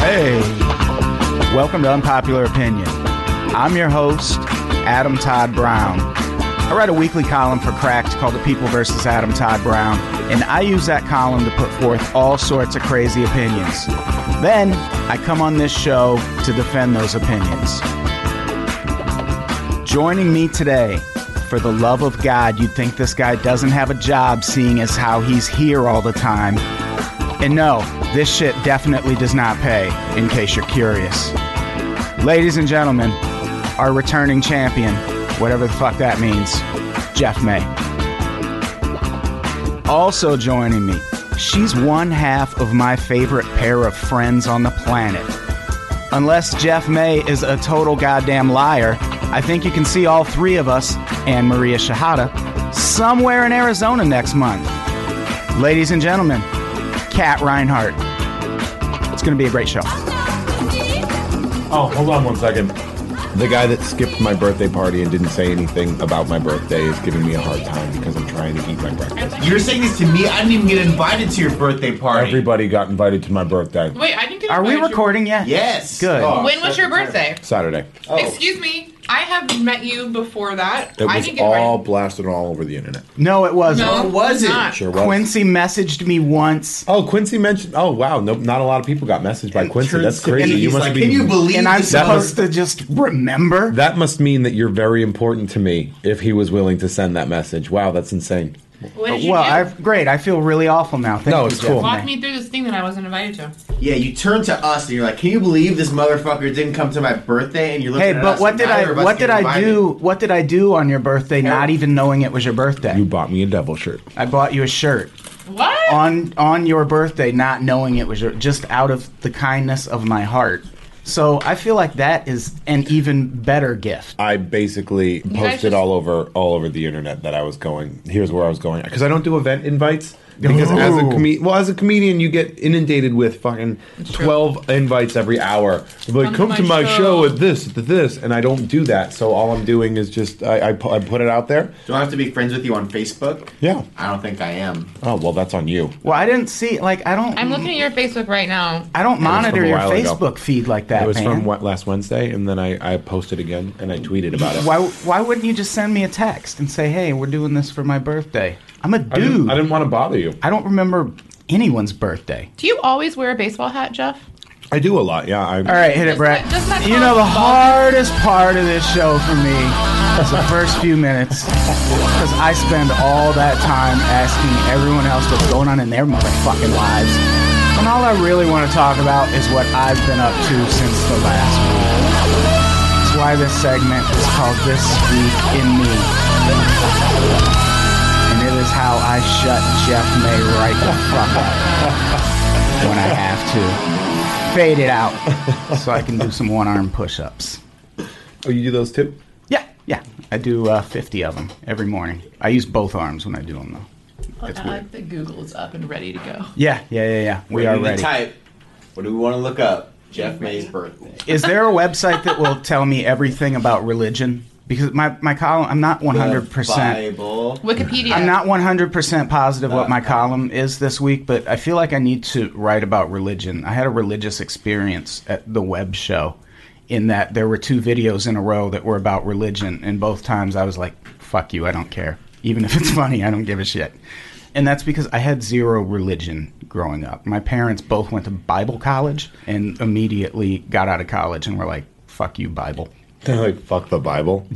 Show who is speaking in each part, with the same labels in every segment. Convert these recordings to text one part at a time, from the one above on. Speaker 1: Hey, welcome to Unpopular Opinion. I'm your host, Adam Todd Brown. I write a weekly column for Cracked called The People versus Adam Todd Brown, and I use that column to put forth all sorts of crazy opinions. Then I come on this show to defend those opinions. Joining me today, for the love of God, you'd think this guy doesn't have a job seeing as how he's here all the time. And no, this shit definitely does not pay, in case you're curious. Ladies and gentlemen, our returning champion, whatever the fuck that means, Jeff May. Also joining me, she's one half of my favorite pair of friends on the planet. Unless Jeff May is a total goddamn liar, I think you can see all three of us and Maria Shahada somewhere in Arizona next month. Ladies and gentlemen, Kat Reinhardt. It's going to be a great show.
Speaker 2: Oh, hold on one second. The guy that skipped my birthday party and didn't say anything about my birthday is giving me a hard time because I'm trying to eat my breakfast.
Speaker 3: You're saying this to me? I didn't even get invited to your birthday party.
Speaker 2: Everybody got invited to my birthday
Speaker 4: Wait, I didn't get
Speaker 1: Are we
Speaker 4: invited to-
Speaker 1: recording yet?
Speaker 3: Yes.
Speaker 1: Good.
Speaker 3: Oh.
Speaker 4: When was your birthday?
Speaker 2: Saturday.
Speaker 4: Excuse me. I have met you before that.
Speaker 2: Oh. It
Speaker 4: Oh. I
Speaker 2: was
Speaker 4: didn't get
Speaker 2: all
Speaker 4: invited.
Speaker 2: blasted all over the internet.
Speaker 1: No, it wasn't.
Speaker 4: No,
Speaker 3: What was it?
Speaker 4: not.
Speaker 2: Sure was.
Speaker 1: Quincy messaged me once.
Speaker 2: Oh, Quincy mentioned. Oh, wow. No, not a lot of people got messaged by Quincy.
Speaker 3: Turns
Speaker 2: That's
Speaker 3: to me,
Speaker 2: crazy. You
Speaker 3: he's
Speaker 2: must
Speaker 3: like,
Speaker 2: be.
Speaker 3: Can you believe?
Speaker 1: And I'm
Speaker 3: this is
Speaker 2: That
Speaker 1: supposed
Speaker 2: was-
Speaker 1: to just remember?
Speaker 2: that must mean that you're very important to me if he was willing to send that message. Wow, that's insane.
Speaker 4: What did you
Speaker 1: well,
Speaker 4: do?
Speaker 1: I've, great. I feel really awful now. Thank
Speaker 2: No,
Speaker 1: you,
Speaker 2: it's
Speaker 1: Jeff
Speaker 2: cool.
Speaker 1: May.
Speaker 4: Walk me through this thing that I wasn't invited to.
Speaker 3: Yeah, you turn to us and you're like, "Can you believe this motherfucker didn't come to my birthday?" And you're looking
Speaker 1: Hey,
Speaker 3: at
Speaker 1: but
Speaker 3: us
Speaker 1: what
Speaker 3: and
Speaker 1: did
Speaker 3: neither
Speaker 1: I
Speaker 3: of us
Speaker 1: what did
Speaker 3: get
Speaker 1: I do? What did I do on your birthday? Not even knowing it was your birthday.
Speaker 2: You bought me a devil shirt.
Speaker 1: I bought you a shirt
Speaker 4: What?
Speaker 1: on on your birthday, not knowing it was your, just out of the kindness of my heart. So I feel like that is an even better gift.
Speaker 2: I basically posted
Speaker 4: just-
Speaker 2: all over all over the internet that I was going. Here's where I was going because I don't do event invites because as a
Speaker 1: Ooh.
Speaker 2: com- well as a comedian you get inundated with fucking twelve invites every hour. Like come, to my, show. at this at this, and I don't do that. So all I'm doing is just I I, pu- I put it out there.
Speaker 3: Do I have to be friends with you on Facebook?
Speaker 2: Yeah.
Speaker 3: I don't think I am.
Speaker 2: Oh well, that's on you.
Speaker 1: Well, I didn't see like I don't
Speaker 4: I'm looking at your Facebook right now.
Speaker 1: I don't monitor
Speaker 2: a
Speaker 1: your
Speaker 2: while ago.
Speaker 1: Facebook feed like that,
Speaker 2: It was
Speaker 1: man.
Speaker 2: from what, last Wednesday, and then I I posted again and I tweeted about it.
Speaker 1: Why why wouldn't you just send me a text and say, "Hey, we're doing this for my birthday." I'm a dude.
Speaker 2: I didn't, I didn't want to bother you.
Speaker 1: I don't remember anyone's birthday.
Speaker 4: Do you always wear a baseball hat, Jeff?
Speaker 2: I do a lot. Yeah. I,
Speaker 1: All right, hit it,
Speaker 4: Just
Speaker 1: Brett.
Speaker 4: that- just that
Speaker 1: you know the
Speaker 4: call-
Speaker 1: hardest part of this show for me is the first few minutes because I spend all that time asking everyone else what's going on in their motherfucking lives, and all I really want to talk about is what I've been up to since the last week. That's why this segment is called "This Week in Me," and it is how I shut Jeff May right the fuck up when I have to. Fade it out so I can do some one arm push ups.
Speaker 2: Oh, you do those too.
Speaker 1: Yeah, yeah. I do uh, 50 of them every morning. I use both arms when I do them, though. It's
Speaker 4: I
Speaker 1: weird.
Speaker 4: like that Google is up and ready to go.
Speaker 1: Yeah, yeah, yeah, yeah. We
Speaker 3: What
Speaker 1: are
Speaker 3: do we
Speaker 1: ready.
Speaker 3: Type. What do we want to look up? Jeff May's birthday.
Speaker 1: Is there a website that will tell me everything about religion? Because my, my column, I'm not 100%.
Speaker 3: Bible.
Speaker 4: Wikipedia.
Speaker 1: I'm not 100% positive what my column is this week, but I feel like I need to write about religion. I had a religious experience at the web show in that there were two videos in a row that were about religion, and both times I was like, fuck you, I don't care. Even if it's funny, I don't give a shit. And that's because I had zero religion growing up. My parents both went to Bible college and immediately got out of college and were like, fuck you, Bible.
Speaker 2: They're like fuck the Bible.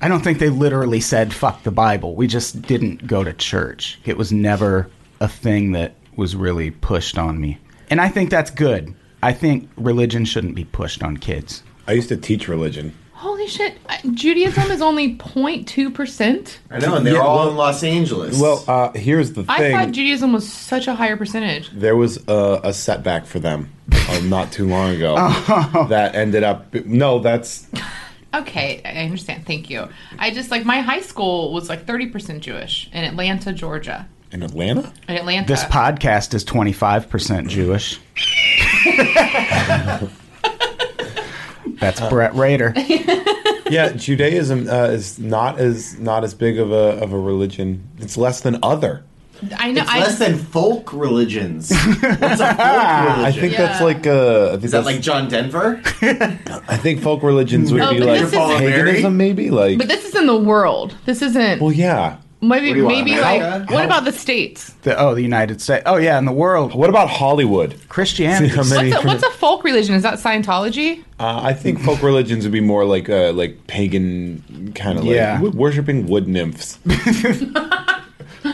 Speaker 1: I don't think they literally said fuck the Bible. We just didn't go to church. It was never a thing that was really pushed on me. And I think that's good. I think religion shouldn't be pushed on kids.
Speaker 2: I used to teach religion.
Speaker 4: Holy shit! I- Judaism is only 0.2 percent.
Speaker 5: I know, and they're
Speaker 2: Yeah,
Speaker 5: all
Speaker 2: well-
Speaker 5: in Los Angeles.
Speaker 2: Well, uh, here's the thing.
Speaker 4: I thought Judaism was such a higher percentage.
Speaker 2: there was a, a setback for them uh, not too long ago
Speaker 4: Oh.
Speaker 2: that ended up. No, that's
Speaker 4: Okay, I understand. Thank you. I just like my high school was like 30 percent Jewish in Atlanta, Georgia.
Speaker 2: in Atlanta.
Speaker 4: In Atlanta,
Speaker 1: This podcast is 25% Jewish. That's Brett Rader.
Speaker 2: Yeah, Judaism uh, is not as not as big of a of a religion. It's less than other.
Speaker 4: I know.
Speaker 5: it's
Speaker 4: I,
Speaker 5: less than folk religions. What's a folk religion?
Speaker 2: I think that's
Speaker 4: Yeah.
Speaker 2: like uh, I think
Speaker 5: Is that
Speaker 2: that's-
Speaker 5: like John Denver?
Speaker 2: I think folk religions would
Speaker 4: No,
Speaker 2: be
Speaker 4: Oh, but
Speaker 2: like
Speaker 4: this is- Paul
Speaker 5: and Mary?
Speaker 2: paganism, maybe like.
Speaker 4: but this is in the world. This isn't.
Speaker 2: well, yeah.
Speaker 4: maybe
Speaker 5: do you want,
Speaker 4: maybe like.
Speaker 5: America?
Speaker 4: What about the states?
Speaker 1: The, oh, the United States. Oh, yeah, in the world.
Speaker 2: What about Hollywood?
Speaker 1: Christianity.
Speaker 2: See how many-
Speaker 4: What's a, what's a folk religion? Is that Scientology?
Speaker 2: Uh, I think folk religions would be more like uh, like pagan kind of
Speaker 1: Yeah.
Speaker 2: like w- worshiping wood nymphs.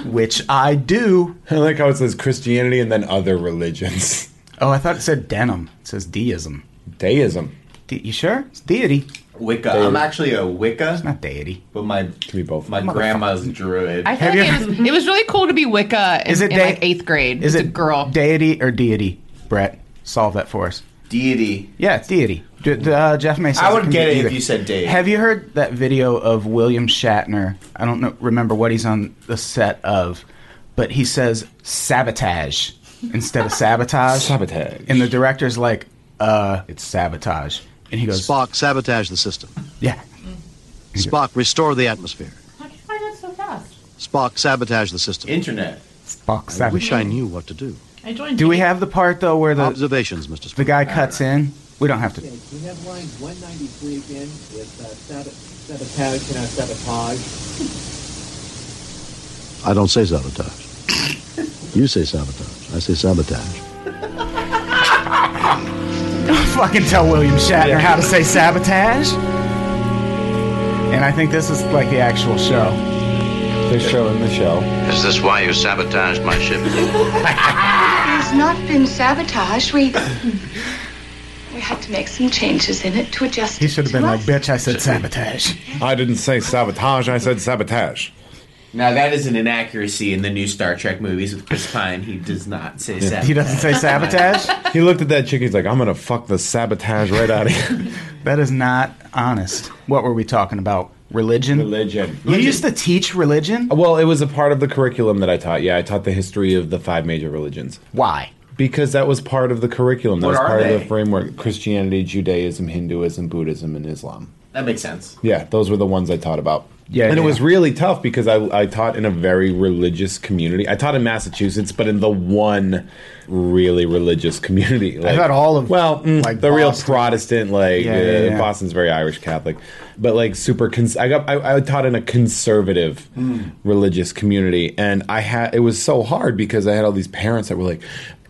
Speaker 1: Which I do.
Speaker 2: I like how it says Christianity and then other religions.
Speaker 1: Oh, I thought it said denim. It says deism.
Speaker 2: Deism
Speaker 1: De- you sure? It's deity.
Speaker 5: Wicca. I'm actually a Wicca,
Speaker 1: Not deity.
Speaker 5: but my
Speaker 2: can be both.
Speaker 5: my grandma's druid.
Speaker 4: I feel
Speaker 1: Have
Speaker 4: like
Speaker 1: you-
Speaker 4: it, was, it was really cool to be Wicca in,
Speaker 1: Is it
Speaker 4: in
Speaker 1: day-
Speaker 4: like eighth grade.
Speaker 1: Is
Speaker 4: It's
Speaker 1: it
Speaker 4: a girl?
Speaker 1: deity or deity? Brett, solve that for us.
Speaker 5: Deity.
Speaker 1: Yeah, it's deity. D- d- uh, Jeff May says
Speaker 5: I would
Speaker 1: can
Speaker 5: get
Speaker 1: be
Speaker 5: it
Speaker 1: either.
Speaker 5: if you said Dave.
Speaker 1: Have you heard that video of William Shatner? I don't know, remember what he's on the set of, but he says sabotage instead of sabotage.
Speaker 2: Sabotage.
Speaker 1: And the director's like, uh, it's sabotage. And he goes,
Speaker 6: Spock sabotage the system.
Speaker 1: yeah.
Speaker 6: Spock restore the atmosphere.
Speaker 4: Why can I do it so fast?
Speaker 6: Spock sabotage the system.
Speaker 5: Internet.
Speaker 1: Spock
Speaker 6: I wish
Speaker 1: sabotage.
Speaker 6: I knew what to do.
Speaker 4: I joined.
Speaker 1: Do we have the part, though, where the,
Speaker 6: Observations, Mr.
Speaker 1: the
Speaker 6: Spock.
Speaker 1: guy cuts in? We don't have to.
Speaker 7: Can you have line 193 again with uh, sab- sabotage and uh, sabotage?
Speaker 6: I don't say sabotage. you say sabotage. I say sabotage.
Speaker 1: fucking tell William Shatner how to say sabotage. And I think this is like the actual show.
Speaker 2: They're showing the show.
Speaker 3: Is this why you sabotaged my ship?
Speaker 8: has not been sabotage. We we had to make some changes in it to adjust.
Speaker 1: He should have
Speaker 8: it
Speaker 1: been
Speaker 8: to
Speaker 1: like,
Speaker 8: us.
Speaker 1: bitch, I said sabotage.
Speaker 2: I didn't say sabotage. I said sabotage.
Speaker 5: Now that is an inaccuracy in the new Star Trek movies with Chris Pine. He does not say that.
Speaker 1: He doesn't say sabotage?
Speaker 2: He looked at that chick. He's like, "I'm gonna fuck the sabotage right out of here."
Speaker 1: That is not honest. What were we talking about? Religion?
Speaker 2: Religion. Oh,
Speaker 1: You used to teach religion?
Speaker 2: Well, it was a part of the curriculum that I taught. Yeah, I taught the history of the five major religions
Speaker 1: Why?
Speaker 2: because that was part of the curriculum. That
Speaker 5: What
Speaker 2: was
Speaker 5: are
Speaker 2: part of
Speaker 5: they?
Speaker 2: the framework: Christianity, Judaism, Hinduism, Buddhism, and Islam.
Speaker 5: That makes sense.
Speaker 2: Yeah, those were the ones I taught about.
Speaker 1: Yeah,
Speaker 2: and
Speaker 1: yeah.
Speaker 2: it was really tough because I, I taught in a very religious community. I taught in Massachusetts, but in the one really religious community. Like,
Speaker 1: thought all of,
Speaker 2: well, mm,
Speaker 1: like,
Speaker 2: the real
Speaker 1: Boston.
Speaker 2: Protestant, like
Speaker 1: Yeah,
Speaker 2: uh,
Speaker 1: yeah, yeah.
Speaker 2: Boston's very Irish Catholic, but like super. Cons- I got I, I taught in a conservative religious community, and I had it was so hard because I had all these parents that were like,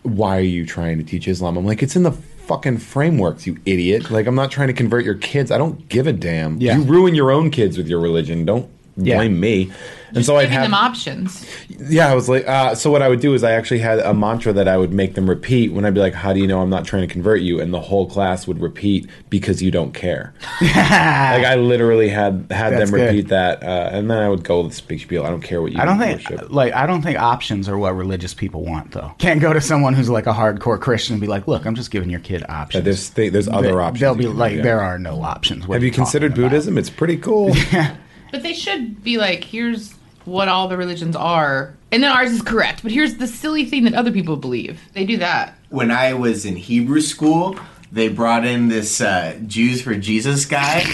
Speaker 2: "Why are you trying to teach Islam?" I'm like, "It's in the." Fucking frameworks, you idiot! Like I'm not trying to convert your kids. I don't give a damn.
Speaker 1: Yeah.
Speaker 2: You ruin your own kids with your religion. Don't
Speaker 1: Yeah.
Speaker 2: blame me. And so I
Speaker 4: Giving
Speaker 2: had
Speaker 4: them options.
Speaker 2: yeah, I was like, uh, so what I would do is I actually had a mantra that I would make them repeat when I'd be like, how do you know I'm not trying to convert you? And the whole class would repeat because you don't care. like I literally had had
Speaker 1: That's
Speaker 2: them
Speaker 1: good.
Speaker 2: repeat that, uh, and then I would go with this big spiel. I don't care what you.
Speaker 1: I don't think
Speaker 2: worship."
Speaker 1: like I don't think options are what religious people want though. Can't go to someone who's like a hardcore Christian and be like, "Look, I'm just giving your kid
Speaker 2: But
Speaker 1: options."
Speaker 2: there's thi- there's other
Speaker 1: They-
Speaker 2: options.
Speaker 1: They'll
Speaker 2: you
Speaker 1: be
Speaker 2: can do,
Speaker 1: like,
Speaker 2: yeah.
Speaker 1: "There are no options." What
Speaker 2: Have
Speaker 1: are
Speaker 2: you considered
Speaker 1: talking about?
Speaker 2: Buddhism? It's pretty cool.
Speaker 4: But they should be like, here's what all the religions are, and then ours is correct. But here's the silly thing that other people believe. They do that.
Speaker 5: When I was in Hebrew school, they brought in this uh, Jews for Jesus guy,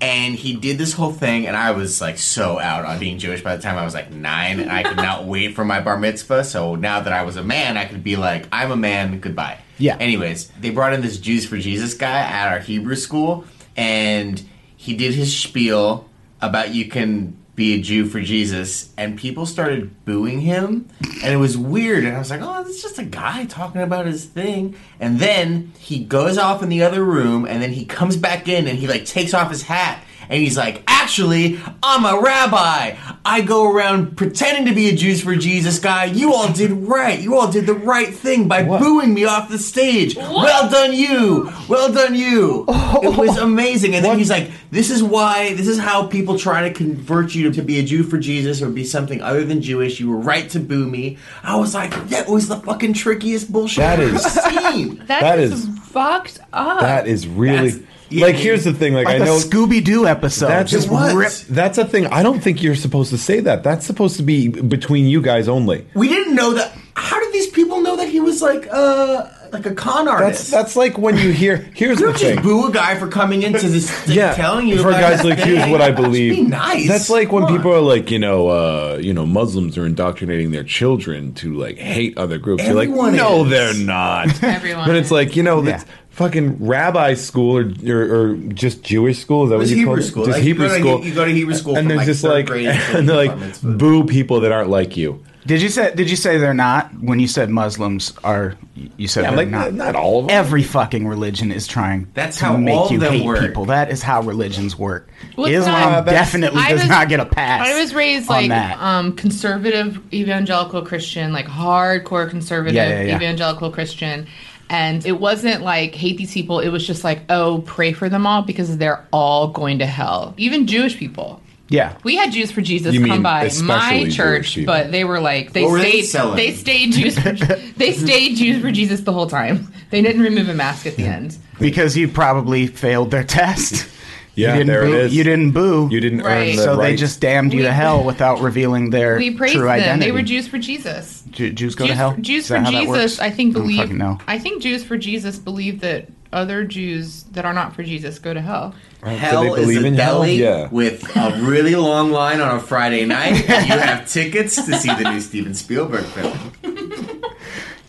Speaker 5: and he did this whole thing, and I was like so out on being Jewish by the time I was like nine, and I could not wait for my bar mitzvah. So now that I was a man, I could be like, I'm a man, goodbye.
Speaker 1: Yeah.
Speaker 5: Anyways, they brought in this Jews for Jesus guy at our Hebrew school, and he did his spiel about you can be a Jew for Jesus, and people started booing him, and it was weird. And I was like, oh, this is just a guy talking about his thing. And then he goes off in the other room, and then he comes back in, and he like takes off his hat. and he's like, actually, I'm a rabbi. I go around pretending to be a Jews for Jesus guy. You all did right. You all did the right thing by booing me off the stage. Well done, you. Well done, you.
Speaker 2: Oh.
Speaker 5: It was amazing. And then he's like, this is why, this is how people try to convert you to be a Jew for Jesus or be something other than Jewish. You were right to boo me. I was like, that was the fucking trickiest bullshit
Speaker 2: That
Speaker 5: I've
Speaker 2: is-
Speaker 5: ever seen.
Speaker 2: That
Speaker 4: That is
Speaker 2: is-
Speaker 4: fucked up.
Speaker 2: That is really
Speaker 5: That's- yeah,
Speaker 2: like.
Speaker 5: yeah.
Speaker 2: Here's the thing. Like,
Speaker 1: Like a
Speaker 2: I know
Speaker 1: Scooby Doo episode.
Speaker 2: that's
Speaker 1: just
Speaker 5: It was.
Speaker 1: rip.
Speaker 2: that's a thing. I don't think you're supposed to say that. That's supposed to be between you guys only.
Speaker 5: We didn't know that. How did these people know that he was like uh like a con
Speaker 2: That's
Speaker 5: artist?
Speaker 2: that's like when you hear. Here's
Speaker 5: you
Speaker 2: the
Speaker 5: don't just
Speaker 2: thing.
Speaker 5: boo a guy for coming into this to
Speaker 2: yeah,
Speaker 5: telling you
Speaker 2: for
Speaker 5: about
Speaker 2: guys
Speaker 5: his
Speaker 2: like you is
Speaker 5: thing.
Speaker 2: what I
Speaker 5: Just
Speaker 2: believe.
Speaker 5: be nice.
Speaker 2: That's like when
Speaker 5: Come on.
Speaker 2: people are like, you know, uh, you know, Muslims are indoctrinating their children to like hate other groups. You're like,
Speaker 5: Everyone
Speaker 2: no,
Speaker 5: is.
Speaker 2: they're not.
Speaker 4: Everyone
Speaker 2: But it's
Speaker 4: is.
Speaker 2: like you know,
Speaker 1: Yeah.
Speaker 2: that's fucking rabbi school or, or or just Jewish school. Is that
Speaker 5: It
Speaker 2: what
Speaker 5: was
Speaker 2: you call
Speaker 5: Hebrew
Speaker 2: it?
Speaker 5: school.
Speaker 2: Just
Speaker 5: Like,
Speaker 2: Hebrew
Speaker 5: you go to,
Speaker 2: school.
Speaker 5: You go to Hebrew school,
Speaker 2: and
Speaker 5: from,
Speaker 2: there's
Speaker 5: like
Speaker 2: just
Speaker 5: third
Speaker 2: like
Speaker 5: grade until
Speaker 2: and they're
Speaker 5: you
Speaker 2: like
Speaker 5: become its-
Speaker 2: boo people that aren't like you.
Speaker 1: Did you say did you say they're not when you said Muslims are you said
Speaker 2: I'm
Speaker 1: they're
Speaker 2: like uh,
Speaker 1: not.
Speaker 2: not, all of them.
Speaker 1: Every fucking religion is trying
Speaker 5: That's
Speaker 1: to
Speaker 5: how
Speaker 1: make
Speaker 5: all
Speaker 1: you
Speaker 5: them
Speaker 1: hate
Speaker 5: work.
Speaker 1: people. That is how religions work.
Speaker 4: Well, it's
Speaker 1: Islam
Speaker 4: not- Uh,
Speaker 2: that's-
Speaker 1: definitely
Speaker 4: I
Speaker 1: does
Speaker 4: was-
Speaker 1: not get a pass.
Speaker 4: I was raised
Speaker 1: on
Speaker 4: like
Speaker 1: that.
Speaker 4: um conservative evangelical Christian, like hardcore conservative
Speaker 1: Yeah, yeah, yeah.
Speaker 4: evangelical Christian. And it wasn't like hate these people, it was just like, oh, pray for them all because they're all going to hell. Even Jewish people.
Speaker 1: yeah.
Speaker 4: We had Jews for Jesus
Speaker 2: You mean
Speaker 4: come by
Speaker 2: especially
Speaker 4: my
Speaker 2: Jewish
Speaker 4: church,
Speaker 2: people.
Speaker 4: but they were like they
Speaker 5: What were they
Speaker 4: stayed
Speaker 5: selling?
Speaker 4: they stayed Jews for, they stayed Jews for Jesus the whole time. They didn't remove a mask at the end.
Speaker 1: Because you probably failed their test.
Speaker 2: Yeah,
Speaker 1: you didn't
Speaker 2: there it
Speaker 1: boo.
Speaker 2: is.
Speaker 1: You didn't boo.
Speaker 2: you didn't earn
Speaker 4: Right.
Speaker 2: the
Speaker 1: so
Speaker 2: right.
Speaker 1: they just damned you
Speaker 4: We-
Speaker 1: to hell without revealing their
Speaker 4: We praised
Speaker 1: true
Speaker 4: them.
Speaker 1: identity.
Speaker 4: They were Jews for Jesus.
Speaker 1: Ju- Jews go to
Speaker 4: Jews-
Speaker 1: hell.
Speaker 4: Jews
Speaker 1: Is
Speaker 4: for
Speaker 1: that how that works?
Speaker 4: Jesus, I think
Speaker 1: don't
Speaker 4: believe.
Speaker 1: fucking know.
Speaker 4: I think Jews for Jesus believe that other Jews that are not for Jesus go to hell.
Speaker 5: Hell
Speaker 2: they
Speaker 5: is
Speaker 2: believe
Speaker 5: a
Speaker 2: in hell?
Speaker 5: deli
Speaker 2: Yeah.
Speaker 5: with a really long line on a Friday night. and you have tickets to see the new Steven Spielberg film.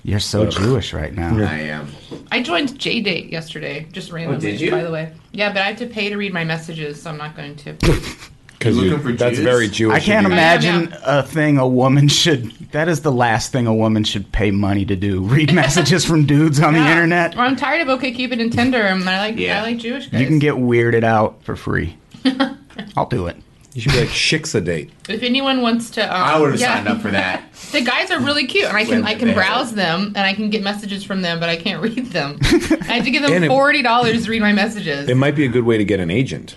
Speaker 1: You're so Jewish right now.
Speaker 5: I um, am.
Speaker 4: I joined J Date yesterday, just randomly.
Speaker 5: Oh, did you?
Speaker 4: By the way, yeah, but I have to pay to read my messages, so I'm not going to.
Speaker 2: because
Speaker 5: You looking for
Speaker 2: that's
Speaker 5: Jews?
Speaker 2: very Jewish.
Speaker 1: I can't
Speaker 2: of you.
Speaker 1: imagine
Speaker 4: yeah.
Speaker 1: a thing a woman should. That is the last thing a woman should pay money to do. Read messages from dudes on the
Speaker 4: Yeah.
Speaker 1: internet.
Speaker 4: Ah, Well, I'm tired of OkCupid and Tinder, and I like
Speaker 5: Yeah.
Speaker 4: I like Jewish guys.
Speaker 1: You can get weirded out for free. I'll do it.
Speaker 2: You should be like shicks a date.
Speaker 4: if anyone wants to. Um,
Speaker 5: I would have
Speaker 4: yeah.
Speaker 5: signed up for that.
Speaker 4: The guys are really cute, and I can
Speaker 5: Women,
Speaker 4: I can
Speaker 5: they-
Speaker 4: browse them, and I can get messages from them, but I can't read them. I have to give
Speaker 2: And
Speaker 4: them
Speaker 2: it-
Speaker 4: forty dollars to read my messages.
Speaker 2: It might be a good way to get an agent.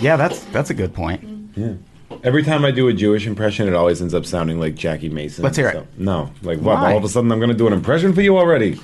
Speaker 1: Yeah, that's that's a good point.
Speaker 2: Every time I do a Jewish impression, it always ends up sounding like Jackie Mason.
Speaker 1: Let's hear it.
Speaker 2: No, like what?
Speaker 1: Why?
Speaker 2: All of a sudden, I'm going to do an impression for you already.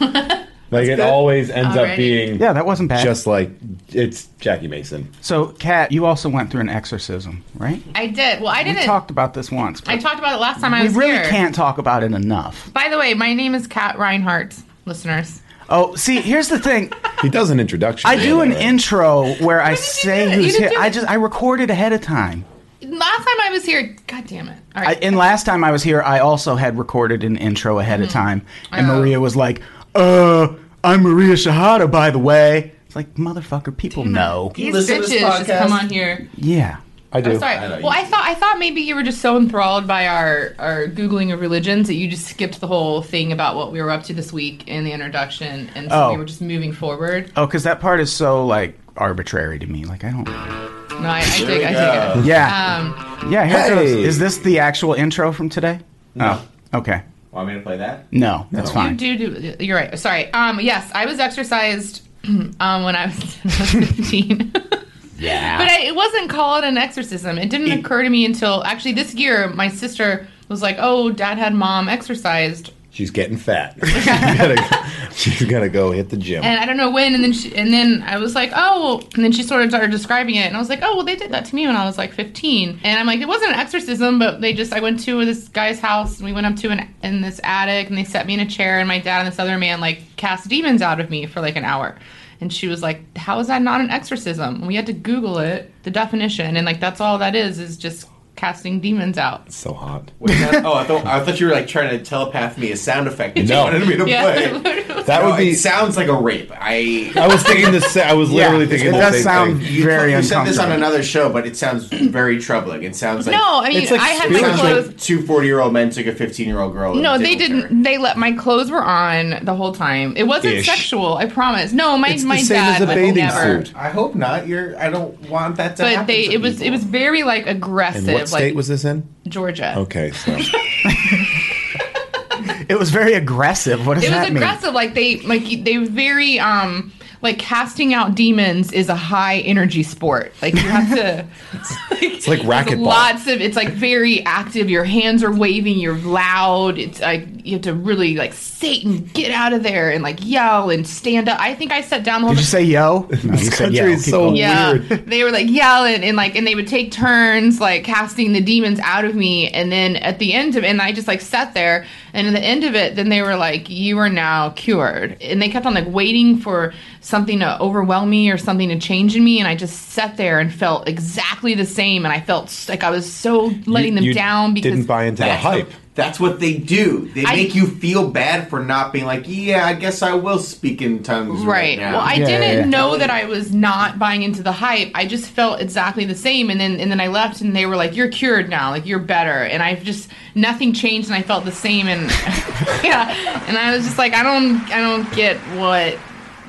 Speaker 2: like it always ends up
Speaker 4: Already.
Speaker 2: being
Speaker 1: Yeah, that wasn't bad.
Speaker 2: just like it's Jackie Mason.
Speaker 1: so, Kat, you also went through an exorcism, right?
Speaker 4: I did. Well, I
Speaker 1: We
Speaker 4: didn't.
Speaker 1: talked about this once.
Speaker 4: I
Speaker 1: but
Speaker 4: talked about it last time I
Speaker 1: We
Speaker 4: was
Speaker 1: really
Speaker 4: here.
Speaker 1: can't talk about it enough.
Speaker 4: By the way, my name is Kat Reinhardt, listeners.
Speaker 1: Oh, see, here's the thing.
Speaker 2: He does an introduction.
Speaker 1: I do an
Speaker 2: Right.
Speaker 1: intro where I
Speaker 4: did you do
Speaker 1: say
Speaker 4: that? You
Speaker 1: who's
Speaker 4: didn't
Speaker 1: here.
Speaker 4: do
Speaker 1: I
Speaker 4: it.
Speaker 1: just I recorded ahead of time.
Speaker 4: Last time I was here, god damn it. All
Speaker 1: I,
Speaker 4: right.
Speaker 1: and last time I was here, I also had recorded an intro ahead of time, and
Speaker 4: Mm-hmm. Oh.
Speaker 1: Maria was like, "Uh, I'm Maria Shahada, by the way." It's like motherfucker, people know.
Speaker 4: These
Speaker 5: listen to
Speaker 4: bitches
Speaker 5: this
Speaker 4: just
Speaker 5: podcast?
Speaker 4: come on here.
Speaker 1: Yeah,
Speaker 2: I do.
Speaker 4: I'm sorry.
Speaker 5: know you
Speaker 4: well, I thought I thought maybe you were just so enthralled by our our googling of religions that you just skipped the whole thing about what we were up to this week in the introduction, and so
Speaker 1: Oh.
Speaker 4: we were just moving forward.
Speaker 1: oh, because that part is so like arbitrary to me. Like I don't.
Speaker 4: No, I, I take
Speaker 5: we
Speaker 4: I
Speaker 5: go.
Speaker 4: take it.
Speaker 1: Yeah,
Speaker 4: Um,
Speaker 1: yeah. Here it goes.
Speaker 2: Hey.
Speaker 1: Is this the actual intro from today? No. Oh, okay.
Speaker 5: Want me to play that?
Speaker 1: No, that's
Speaker 4: you
Speaker 1: fine.
Speaker 4: do do. You're right. Sorry. Um, yes, I was exercised um, when I was 15.
Speaker 1: Yeah.
Speaker 4: But I, it wasn't called an exorcism. It didn't occur to me until actually this year. My sister was like, "Oh, Dad had mom exercised,"
Speaker 2: She's getting fat. she's, gotta, she's gotta go hit the gym.
Speaker 4: and I don't know when. And then she, and then I was like, "Oh," and then she sort of started describing it, and I was like, "Oh, well, they did that to me when I was like 15." And I'm like, "It wasn't an exorcism, but they just I went to this guy's house, and we went up to an in this attic, and they set me in a chair, and my dad and this other man like cast demons out of me for like an hour." And she was like, "How is that not an exorcism?" And we had to Google it, the definition, and like that's all that is is just casting demons out.
Speaker 2: It's so hot.
Speaker 3: Wait, that- oh, I thought I thought you were like trying to telepath me a sound effect. that
Speaker 2: No.
Speaker 3: you wanted me to
Speaker 4: Yeah.
Speaker 3: play.
Speaker 2: That
Speaker 3: No,
Speaker 2: would be.
Speaker 3: It sounds like a rape. I.
Speaker 2: I was thinking the sa I was literally thinking
Speaker 1: it
Speaker 2: the
Speaker 1: does
Speaker 2: same
Speaker 1: sound
Speaker 2: thing.
Speaker 3: You,
Speaker 1: very
Speaker 3: you said
Speaker 1: uncomfortable.
Speaker 3: this on another show, but it sounds very troubling. It sounds like
Speaker 4: no, I mean
Speaker 2: It's like
Speaker 4: I had
Speaker 3: It
Speaker 4: my
Speaker 2: spiritual-
Speaker 3: sounds
Speaker 4: clothes.
Speaker 3: like two 40 year old men took a 15 year old girl. and
Speaker 4: No, they
Speaker 3: with her.
Speaker 4: didn't. They let my clothes were on the whole time. It wasn't
Speaker 2: Ish.
Speaker 4: sexual. I promise. No, my
Speaker 2: It's the
Speaker 4: my
Speaker 2: same as
Speaker 4: dad
Speaker 2: a
Speaker 4: would
Speaker 2: bathing
Speaker 4: never.
Speaker 2: suit.
Speaker 3: I hope not. You're. I don't want that to happen.
Speaker 4: But they
Speaker 3: to
Speaker 4: it was it
Speaker 3: people.
Speaker 4: was very like
Speaker 2: And
Speaker 4: aggressive,
Speaker 2: what state
Speaker 4: like
Speaker 2: was this in?
Speaker 4: Georgia.
Speaker 2: Okay, so
Speaker 1: It was very aggressive. What does
Speaker 4: It
Speaker 1: that
Speaker 4: was
Speaker 1: mean?
Speaker 4: aggressive. Like they like they very um like casting out demons is a high energy sport. Like you have to. it's
Speaker 2: like racquetball.
Speaker 4: Lots of it's like very active. Your hands are waving. You're loud. It's like you have to really like Satan get out of there and like yell and stand up. I think I sat down the whole.
Speaker 1: Did you say yo? No, you said
Speaker 2: country
Speaker 1: yo.
Speaker 2: is
Speaker 1: Keep
Speaker 2: so
Speaker 1: going.
Speaker 4: yeah,
Speaker 2: Weird.
Speaker 4: they were like yelling and like, and they would take turns like casting the demons out of me, and then at the end of, and I just like sat there, and at the end of it, then they were like, "You are now cured," and they kept on like waiting for something to overwhelm me or something to change in me, and I just sat there and felt exactly the same, and I felt s- like I was so letting
Speaker 2: You-
Speaker 4: them
Speaker 2: you
Speaker 4: down because
Speaker 2: didn't buy into the
Speaker 3: That's
Speaker 2: hype.
Speaker 3: what- that's what they do. They
Speaker 4: I-
Speaker 3: make you feel bad for not being like, yeah, I guess I will speak in tongues
Speaker 4: Right.
Speaker 3: right, now.
Speaker 4: Well, I
Speaker 1: Yeah,
Speaker 4: didn't
Speaker 1: yeah, yeah.
Speaker 4: know that I was not buying into the hype. I just felt exactly the same, and then and then I left, and they were like, "You're cured now. Like you're better." And I've just nothing changed, and I felt the same, and yeah, and I was just like, I don't, I don't get what.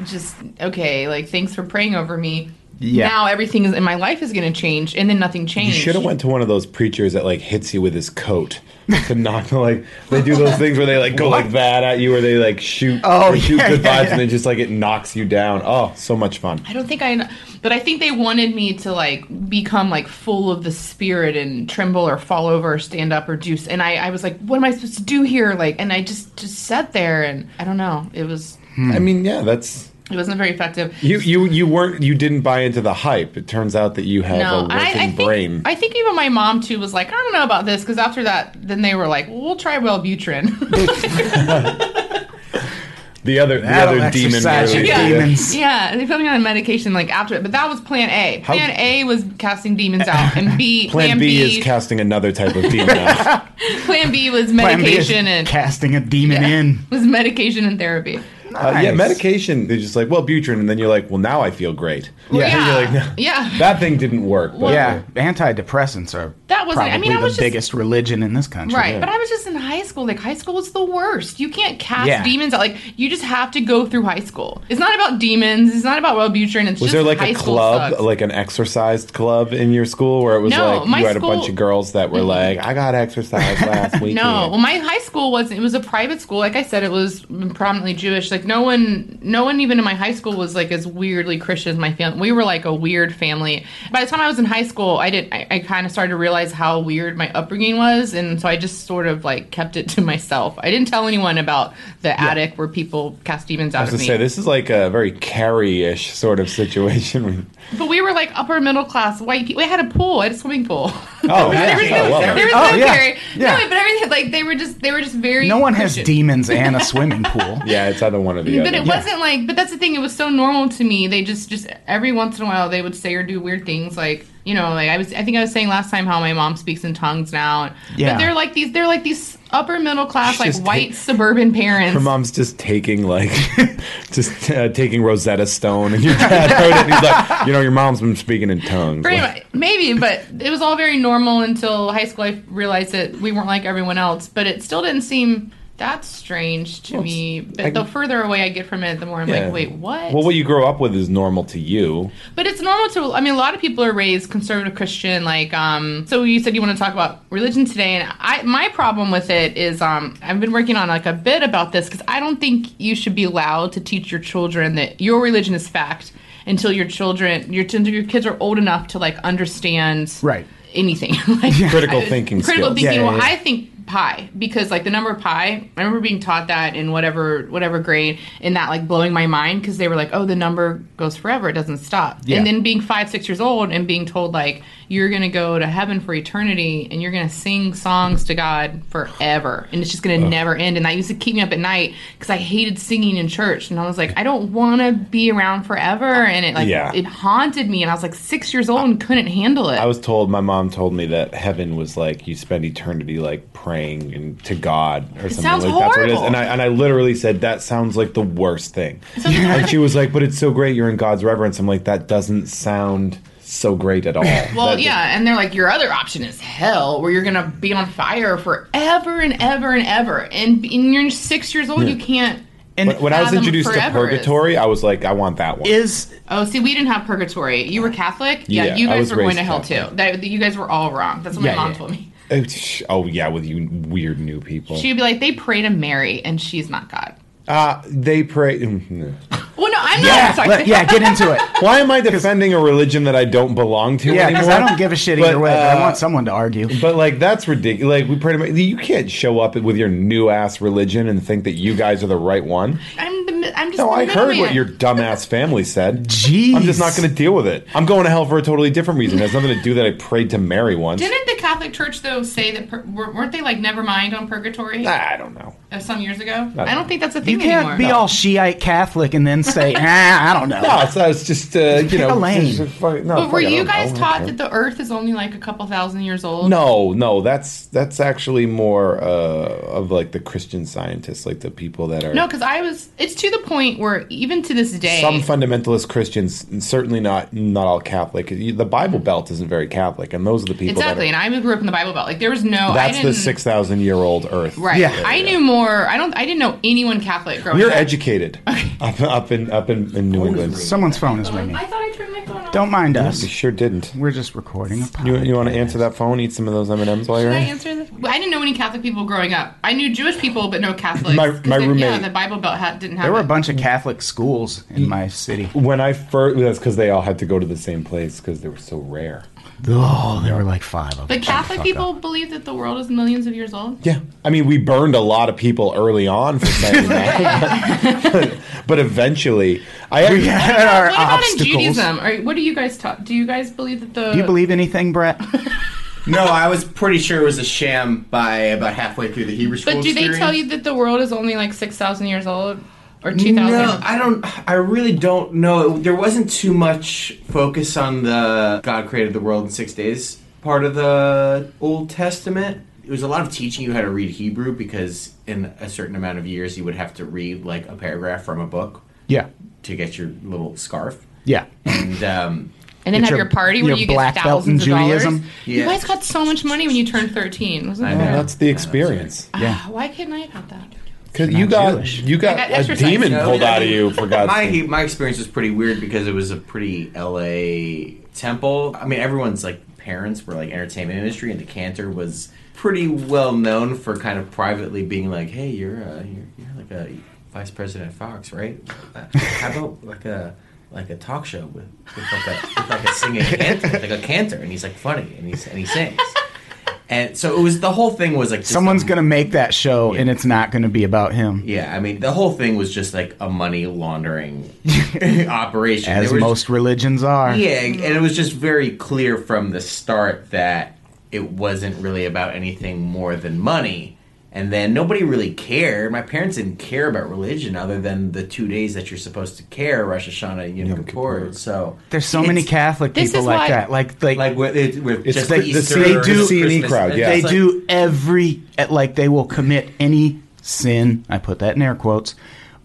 Speaker 4: Just okay. Like thanks for praying over me.
Speaker 1: Yeah.
Speaker 4: Now everything is in my life is going to change, and then nothing
Speaker 2: you
Speaker 4: changed.
Speaker 2: should have went to one of those preachers that like hits you with his coat to knock. Like they do those things where they like go like that at you, where they like shoot,
Speaker 1: Oh,
Speaker 2: they shoot
Speaker 1: yeah,
Speaker 2: good vibes,
Speaker 1: yeah,
Speaker 2: and then just like it knocks you down. Oh, so much fun.
Speaker 4: I don't think I, but I think they wanted me to like become like full of the spirit and tremble or fall over or stand up or do. And I, I was like, what am I supposed to do here? Like, and I just just sat there and I don't know. It was
Speaker 2: I mean, yeah, that's
Speaker 4: it wasn't very effective.
Speaker 2: you. You you weren't you didn't buy into the hype. It turns out that you have a
Speaker 4: No, and
Speaker 2: working
Speaker 4: I, I think
Speaker 2: brain.
Speaker 4: I think even my mom too was like, I don't know about this because after that, then they were like, well, we'll try Wellbutrin.
Speaker 2: the other the
Speaker 1: That'll
Speaker 2: other demon.
Speaker 1: exercise your
Speaker 2: really uh, did it.
Speaker 1: demons.
Speaker 4: yeah, they put me on medication like after it, but that was Plan A.
Speaker 2: How-
Speaker 4: Plan A was casting demons out, and B
Speaker 2: Plan B, is casting another type of demon. out.
Speaker 4: Plan B was
Speaker 1: Plan B is
Speaker 4: medication and
Speaker 1: casting a demon in.
Speaker 4: was medication and therapy.
Speaker 2: Uh, yeah,
Speaker 1: Nice.
Speaker 2: medication. They're just like, well, Butrin, and then you're like, well, now I feel great.
Speaker 1: Yeah.
Speaker 4: yeah.
Speaker 2: You're like, no.
Speaker 4: Yeah.
Speaker 2: That thing didn't work. But
Speaker 1: Yeah, antidepressants are
Speaker 4: That wasn't-
Speaker 1: probably
Speaker 4: I mean, I was
Speaker 1: the
Speaker 4: just-
Speaker 1: biggest religion in this country.
Speaker 4: Right, but I was just in high school. Like high school was the worst. You can't cast
Speaker 1: Yeah.
Speaker 4: demons out. Like you just have to go through high school. It's not about demons. It's not about Wellbutrin. It's
Speaker 2: Was
Speaker 4: just
Speaker 2: there like
Speaker 4: high
Speaker 2: a
Speaker 4: school
Speaker 2: club,
Speaker 4: sucks.
Speaker 2: like an exercise club in your school where it was
Speaker 4: No,
Speaker 2: like
Speaker 4: my
Speaker 2: you had a bunch
Speaker 4: school- Mm-hmm.
Speaker 2: of girls that were like, I got exercise last weekend.
Speaker 4: no, well, my high school wasn't. It was a private school. Like I said, it was prominently Jewish. Like no one, no one even in my high school was like as weirdly Christian as my family. We were like a weird family. By the time I was in high school, I didn't. I, I kind of started to realize how weird my upbringing was, and so I just sort of like kept it to myself. I didn't tell anyone about the attic where people cast demons out
Speaker 2: I was
Speaker 4: of
Speaker 2: gonna
Speaker 4: me.
Speaker 2: say this is like a very carry-ish sort of situation.
Speaker 4: But we were like upper middle class white people. We had a pool. I had a swimming pool.
Speaker 2: Oh,
Speaker 4: there
Speaker 2: yeah.
Speaker 4: was
Speaker 2: I
Speaker 4: no,
Speaker 2: love
Speaker 4: there
Speaker 2: it.
Speaker 4: was
Speaker 1: Oh,
Speaker 4: no
Speaker 1: yeah.
Speaker 4: carry.
Speaker 1: Yeah.
Speaker 4: No, but everything like they were just they were just very.
Speaker 1: no one has
Speaker 4: Christian.
Speaker 1: demons and a swimming pool.
Speaker 2: Yeah, it's either one or the
Speaker 4: But
Speaker 2: other.
Speaker 4: it wasn't like. But that's the thing. It was so normal to me. They just, just every once in a while, they would say or do weird things. Like you know, like I was. I think I was saying last time how my mom speaks in tongues now.
Speaker 1: Yeah.
Speaker 4: But they're like these. They're like these upper middle class,
Speaker 2: She's
Speaker 4: like
Speaker 2: just
Speaker 4: white
Speaker 2: take-
Speaker 4: suburban parents.
Speaker 2: Her mom's just taking like, just uh, taking Rosetta Stone, and your dad heard it. And he's like, you know, your mom's been speaking in tongues.
Speaker 4: Pretty
Speaker 2: Like,
Speaker 4: much, maybe, but it was all very normal until high school. I realized that we weren't like everyone else, but it still didn't seem that strange to me. But
Speaker 2: I-
Speaker 4: the further away I get from it, the more I'm
Speaker 2: Yeah.
Speaker 4: like, wait, what?
Speaker 2: Well, what you grow up with is normal to you.
Speaker 4: but it's normal to. I mean, a lot of people are raised conservative Christian. Like, um, so you said you want to talk about religion today, and I my problem with it is, um, I've been working on like a bit about this because I don't think you should be allowed to teach your children that your religion is fact until your children, your until your kids are old enough to like understand,
Speaker 1: Right.
Speaker 4: anything. like,
Speaker 2: Critical thinking
Speaker 4: critical
Speaker 2: skills.
Speaker 4: thinking.
Speaker 1: Yeah, yeah,
Speaker 4: well,
Speaker 1: yeah.
Speaker 4: I think pi because like the number pi. I remember being taught that in whatever whatever grade, and that like blowing my mind because they were like, "Oh, the number goes forever; it doesn't stop."
Speaker 1: Yeah.
Speaker 4: And then being five, six years old and being told like you're going to go to heaven for eternity and you're going to sing songs to God forever. And it's just going to never end. And that used to keep me up at night because I hated singing in church. And I was like, I don't want to be around forever. And it like,
Speaker 2: Yeah.
Speaker 4: it haunted me. And I was like six years old and couldn't handle it.
Speaker 2: I was told my mom told me that heaven was like you spend eternity like praying and to God or something
Speaker 4: sounds
Speaker 2: like that's what it is.
Speaker 4: horrible.
Speaker 2: And I and I literally said that sounds like the worst thing.
Speaker 4: sounds
Speaker 2: and she was like, "But it's so great. You're in God's reverence." I'm like, "That doesn't sound so great at all."
Speaker 4: Well,
Speaker 2: That-
Speaker 4: yeah, and they're like, your other option is hell, where you're gonna be on fire forever and ever and ever, and, and you're six years old, you can't.
Speaker 1: And
Speaker 2: When I was
Speaker 4: Fathom
Speaker 2: introduced to
Speaker 4: forever is-
Speaker 2: purgatory, I was like, "I want that one."
Speaker 1: is
Speaker 4: Oh, see, we didn't have purgatory. You were Catholic. Yeah,
Speaker 2: Yeah,
Speaker 4: you
Speaker 2: I
Speaker 4: guys
Speaker 2: was
Speaker 4: were going
Speaker 2: raised
Speaker 4: to hell too.
Speaker 2: Catholic.
Speaker 4: That, you guys were all wrong. That's what
Speaker 1: Yeah,
Speaker 4: my mom
Speaker 1: yeah.
Speaker 4: told me.
Speaker 2: Oh yeah, with you weird new people.
Speaker 4: She'd be like, they pray to Mary, and she's not God.
Speaker 2: Uh, they pray. mm,
Speaker 4: Well, no, I'm
Speaker 1: yeah,
Speaker 4: not. Sorry.
Speaker 1: let- yeah, get into it.
Speaker 2: Why am I defending a religion that I don't belong to
Speaker 1: Yeah, because
Speaker 2: anymore?
Speaker 1: I don't give a shit
Speaker 2: But,
Speaker 1: either way. but I
Speaker 2: uh,
Speaker 1: want someone to argue.
Speaker 2: But like that's ridiculous. Like we pretty much you can't show up with your new ass religion and think that you guys are the right one.
Speaker 4: I'm, the, mi- I'm just.
Speaker 2: No,
Speaker 4: the
Speaker 2: I heard what
Speaker 4: middleman.
Speaker 2: your dumbass family said.
Speaker 1: Jeez.
Speaker 2: I'm just not going to deal with it. I'm going to hell for a totally different reason. It has nothing to do that I prayed to Mary once.
Speaker 4: Didn't the Catholic Church though say that pur- weren't weren't they like never mind on purgatory
Speaker 2: I don't know.
Speaker 4: uh, some years ago?
Speaker 2: don't
Speaker 4: I don't think that's a
Speaker 1: You
Speaker 4: thing
Speaker 1: can't
Speaker 4: anymore.
Speaker 1: be all Shiite Catholic and then say, ah, I don't know.
Speaker 2: No, it's, it's just uh, you
Speaker 1: a
Speaker 2: know.
Speaker 1: lane.
Speaker 2: just, uh, fuck- no,
Speaker 4: But
Speaker 2: fuck
Speaker 4: were
Speaker 2: it, I
Speaker 4: you
Speaker 2: don't
Speaker 4: guys
Speaker 2: know.
Speaker 4: taught that the Earth is only like a couple thousand years old?
Speaker 2: No, no, that's that's actually more uh, of like the Christian scientists, like the people that are
Speaker 4: No, because I was. It's to the point where even to this day,
Speaker 2: some fundamentalist Christians, and certainly not not all Catholic. You- The Bible Belt isn't very Catholic, and those are the people.
Speaker 4: exactly.
Speaker 2: That
Speaker 4: And
Speaker 2: are,
Speaker 4: I grew up in the Bible Belt. Like there was no. I
Speaker 2: that's
Speaker 4: didn't,
Speaker 2: the six thousand year old Earth.
Speaker 4: Right.
Speaker 1: Yeah.
Speaker 4: I knew more. I don't. I didn't know anyone Catholic growing
Speaker 2: We're
Speaker 4: up.
Speaker 2: educated up, up in up in, in New England.
Speaker 1: Someone's phone is ringing.
Speaker 4: Um, I thought I turned my phone off.
Speaker 1: Don't mind us.
Speaker 2: You sure didn't.
Speaker 1: We're just recording a podcast.
Speaker 2: You, you want to answer that phone? Eat some of those M and M's while you're
Speaker 4: Can I
Speaker 2: in.
Speaker 4: answer this? I didn't know any Catholic people growing up. I knew Jewish people, but no Catholics.
Speaker 2: My-
Speaker 4: 'Cause
Speaker 2: my
Speaker 4: they- Yeah,
Speaker 2: roommate-
Speaker 4: the Bible Belt had, didn't have.
Speaker 1: There were a
Speaker 4: it.
Speaker 1: bunch of Catholic schools in my city.
Speaker 2: When I first, that's because they all had to go to the same place because they were so rare.
Speaker 1: Oh, there were like five of them.
Speaker 4: But Catholic people believe that the world is millions of years old.
Speaker 2: Yeah, I mean, we burned a lot of people early on for saying that, but, eventually, I actually,
Speaker 1: had our
Speaker 4: what about
Speaker 1: obstacles.
Speaker 4: in Judaism? Or what do you guys taught? Do you guys believe that the
Speaker 1: Do you believe anything, Brett?
Speaker 3: No, I was pretty sure it was a sham by about halfway through the Hebrew school.
Speaker 4: But do they
Speaker 3: experience.
Speaker 4: tell you that the world is only like six thousand years old or two thousand?
Speaker 3: No, I don't. I really don't know. There wasn't too much focus on the God created the world in six days part of the Old Testament. It was a lot of teaching you how to read Hebrew because in a certain amount of years you would have to read like a paragraph from a book
Speaker 1: yeah.
Speaker 3: to get your little scarf.
Speaker 1: Yeah.
Speaker 3: And um,
Speaker 4: and then
Speaker 1: Get
Speaker 4: have
Speaker 1: your-
Speaker 4: your, party where
Speaker 1: your
Speaker 4: you get
Speaker 1: black belt in
Speaker 4: thousands of
Speaker 1: Judaism?
Speaker 4: dollars.
Speaker 3: Yeah.
Speaker 4: You guys got so much money when you turned thirteen, wasn't
Speaker 3: I
Speaker 4: it?
Speaker 3: know.
Speaker 2: Yeah, that's the experience.
Speaker 1: Yeah.
Speaker 4: Why couldn't I have had that?
Speaker 2: Because you got
Speaker 1: Jewish.
Speaker 2: you got,
Speaker 4: got
Speaker 2: a
Speaker 4: exercise.
Speaker 2: demon
Speaker 4: No,
Speaker 2: pulled
Speaker 3: I
Speaker 2: out of
Speaker 3: mean,
Speaker 2: you for God's
Speaker 3: my
Speaker 2: sake.
Speaker 3: my experience was pretty weird because it was a pretty LA temple. I mean, everyone's like parents were like entertainment industry, and the cantor was pretty well known for kind of privately being like, "Hey, you're uh, you're, you're like a vice president at Fox, right? Uh, how about like a like a talk show with, with like a with like a singing cantor, like a cantor, and he's like funny and he's and he sings." And so it was the whole thing was like just
Speaker 1: Someone's
Speaker 3: a-
Speaker 1: going to make that show and it's not going to be about him.
Speaker 3: yeah, I mean, the whole thing was just like a money laundering operation.
Speaker 1: As
Speaker 3: They were
Speaker 1: most religions are.
Speaker 3: just- yeah, and it was just very clear from the start that it wasn't really about anything more than money. And then nobody really cared. My parents didn't care about religion other than the two days that you're supposed to care, Rosh Hashanah and Yom, Kippur. So
Speaker 1: There's so many
Speaker 3: It's-
Speaker 1: Catholic
Speaker 4: This
Speaker 1: people
Speaker 4: is
Speaker 1: like
Speaker 4: why-
Speaker 1: that. Like, like,
Speaker 3: like with, it, with
Speaker 2: It's
Speaker 3: just
Speaker 2: the-
Speaker 3: the,
Speaker 2: the
Speaker 3: Easter,
Speaker 2: C-
Speaker 3: or
Speaker 1: they do-
Speaker 3: Christmas,
Speaker 2: C&E crowd,
Speaker 3: it's
Speaker 2: yeah.
Speaker 1: they
Speaker 3: like-
Speaker 1: do every at- like they will commit any sin. I put that in air quotes,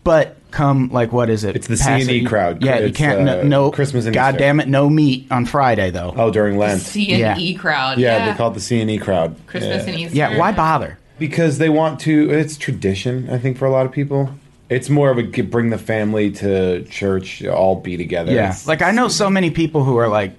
Speaker 1: but come like what is it?
Speaker 2: It's the
Speaker 1: Pass
Speaker 2: C&E
Speaker 1: it.
Speaker 2: crowd.
Speaker 1: Yeah, you
Speaker 2: It's,
Speaker 1: can't
Speaker 2: uh,
Speaker 1: no, no
Speaker 2: Christmas and
Speaker 1: God
Speaker 2: Easter.
Speaker 1: damn it, no meat on Friday though.
Speaker 2: Oh, during Lent.
Speaker 4: C and
Speaker 1: Yeah.
Speaker 4: E crowd.
Speaker 2: yeah,
Speaker 4: Yeah,
Speaker 2: they call it the C and E crowd.
Speaker 4: Christmas
Speaker 2: Yeah.
Speaker 4: and Easter.
Speaker 1: yeah, why bother?
Speaker 2: because they want to. It's tradition, I think, for a lot of people. It's more of a get, bring the family to church, all be together.
Speaker 1: Yeah,
Speaker 2: It's-
Speaker 1: like I know so many people who are like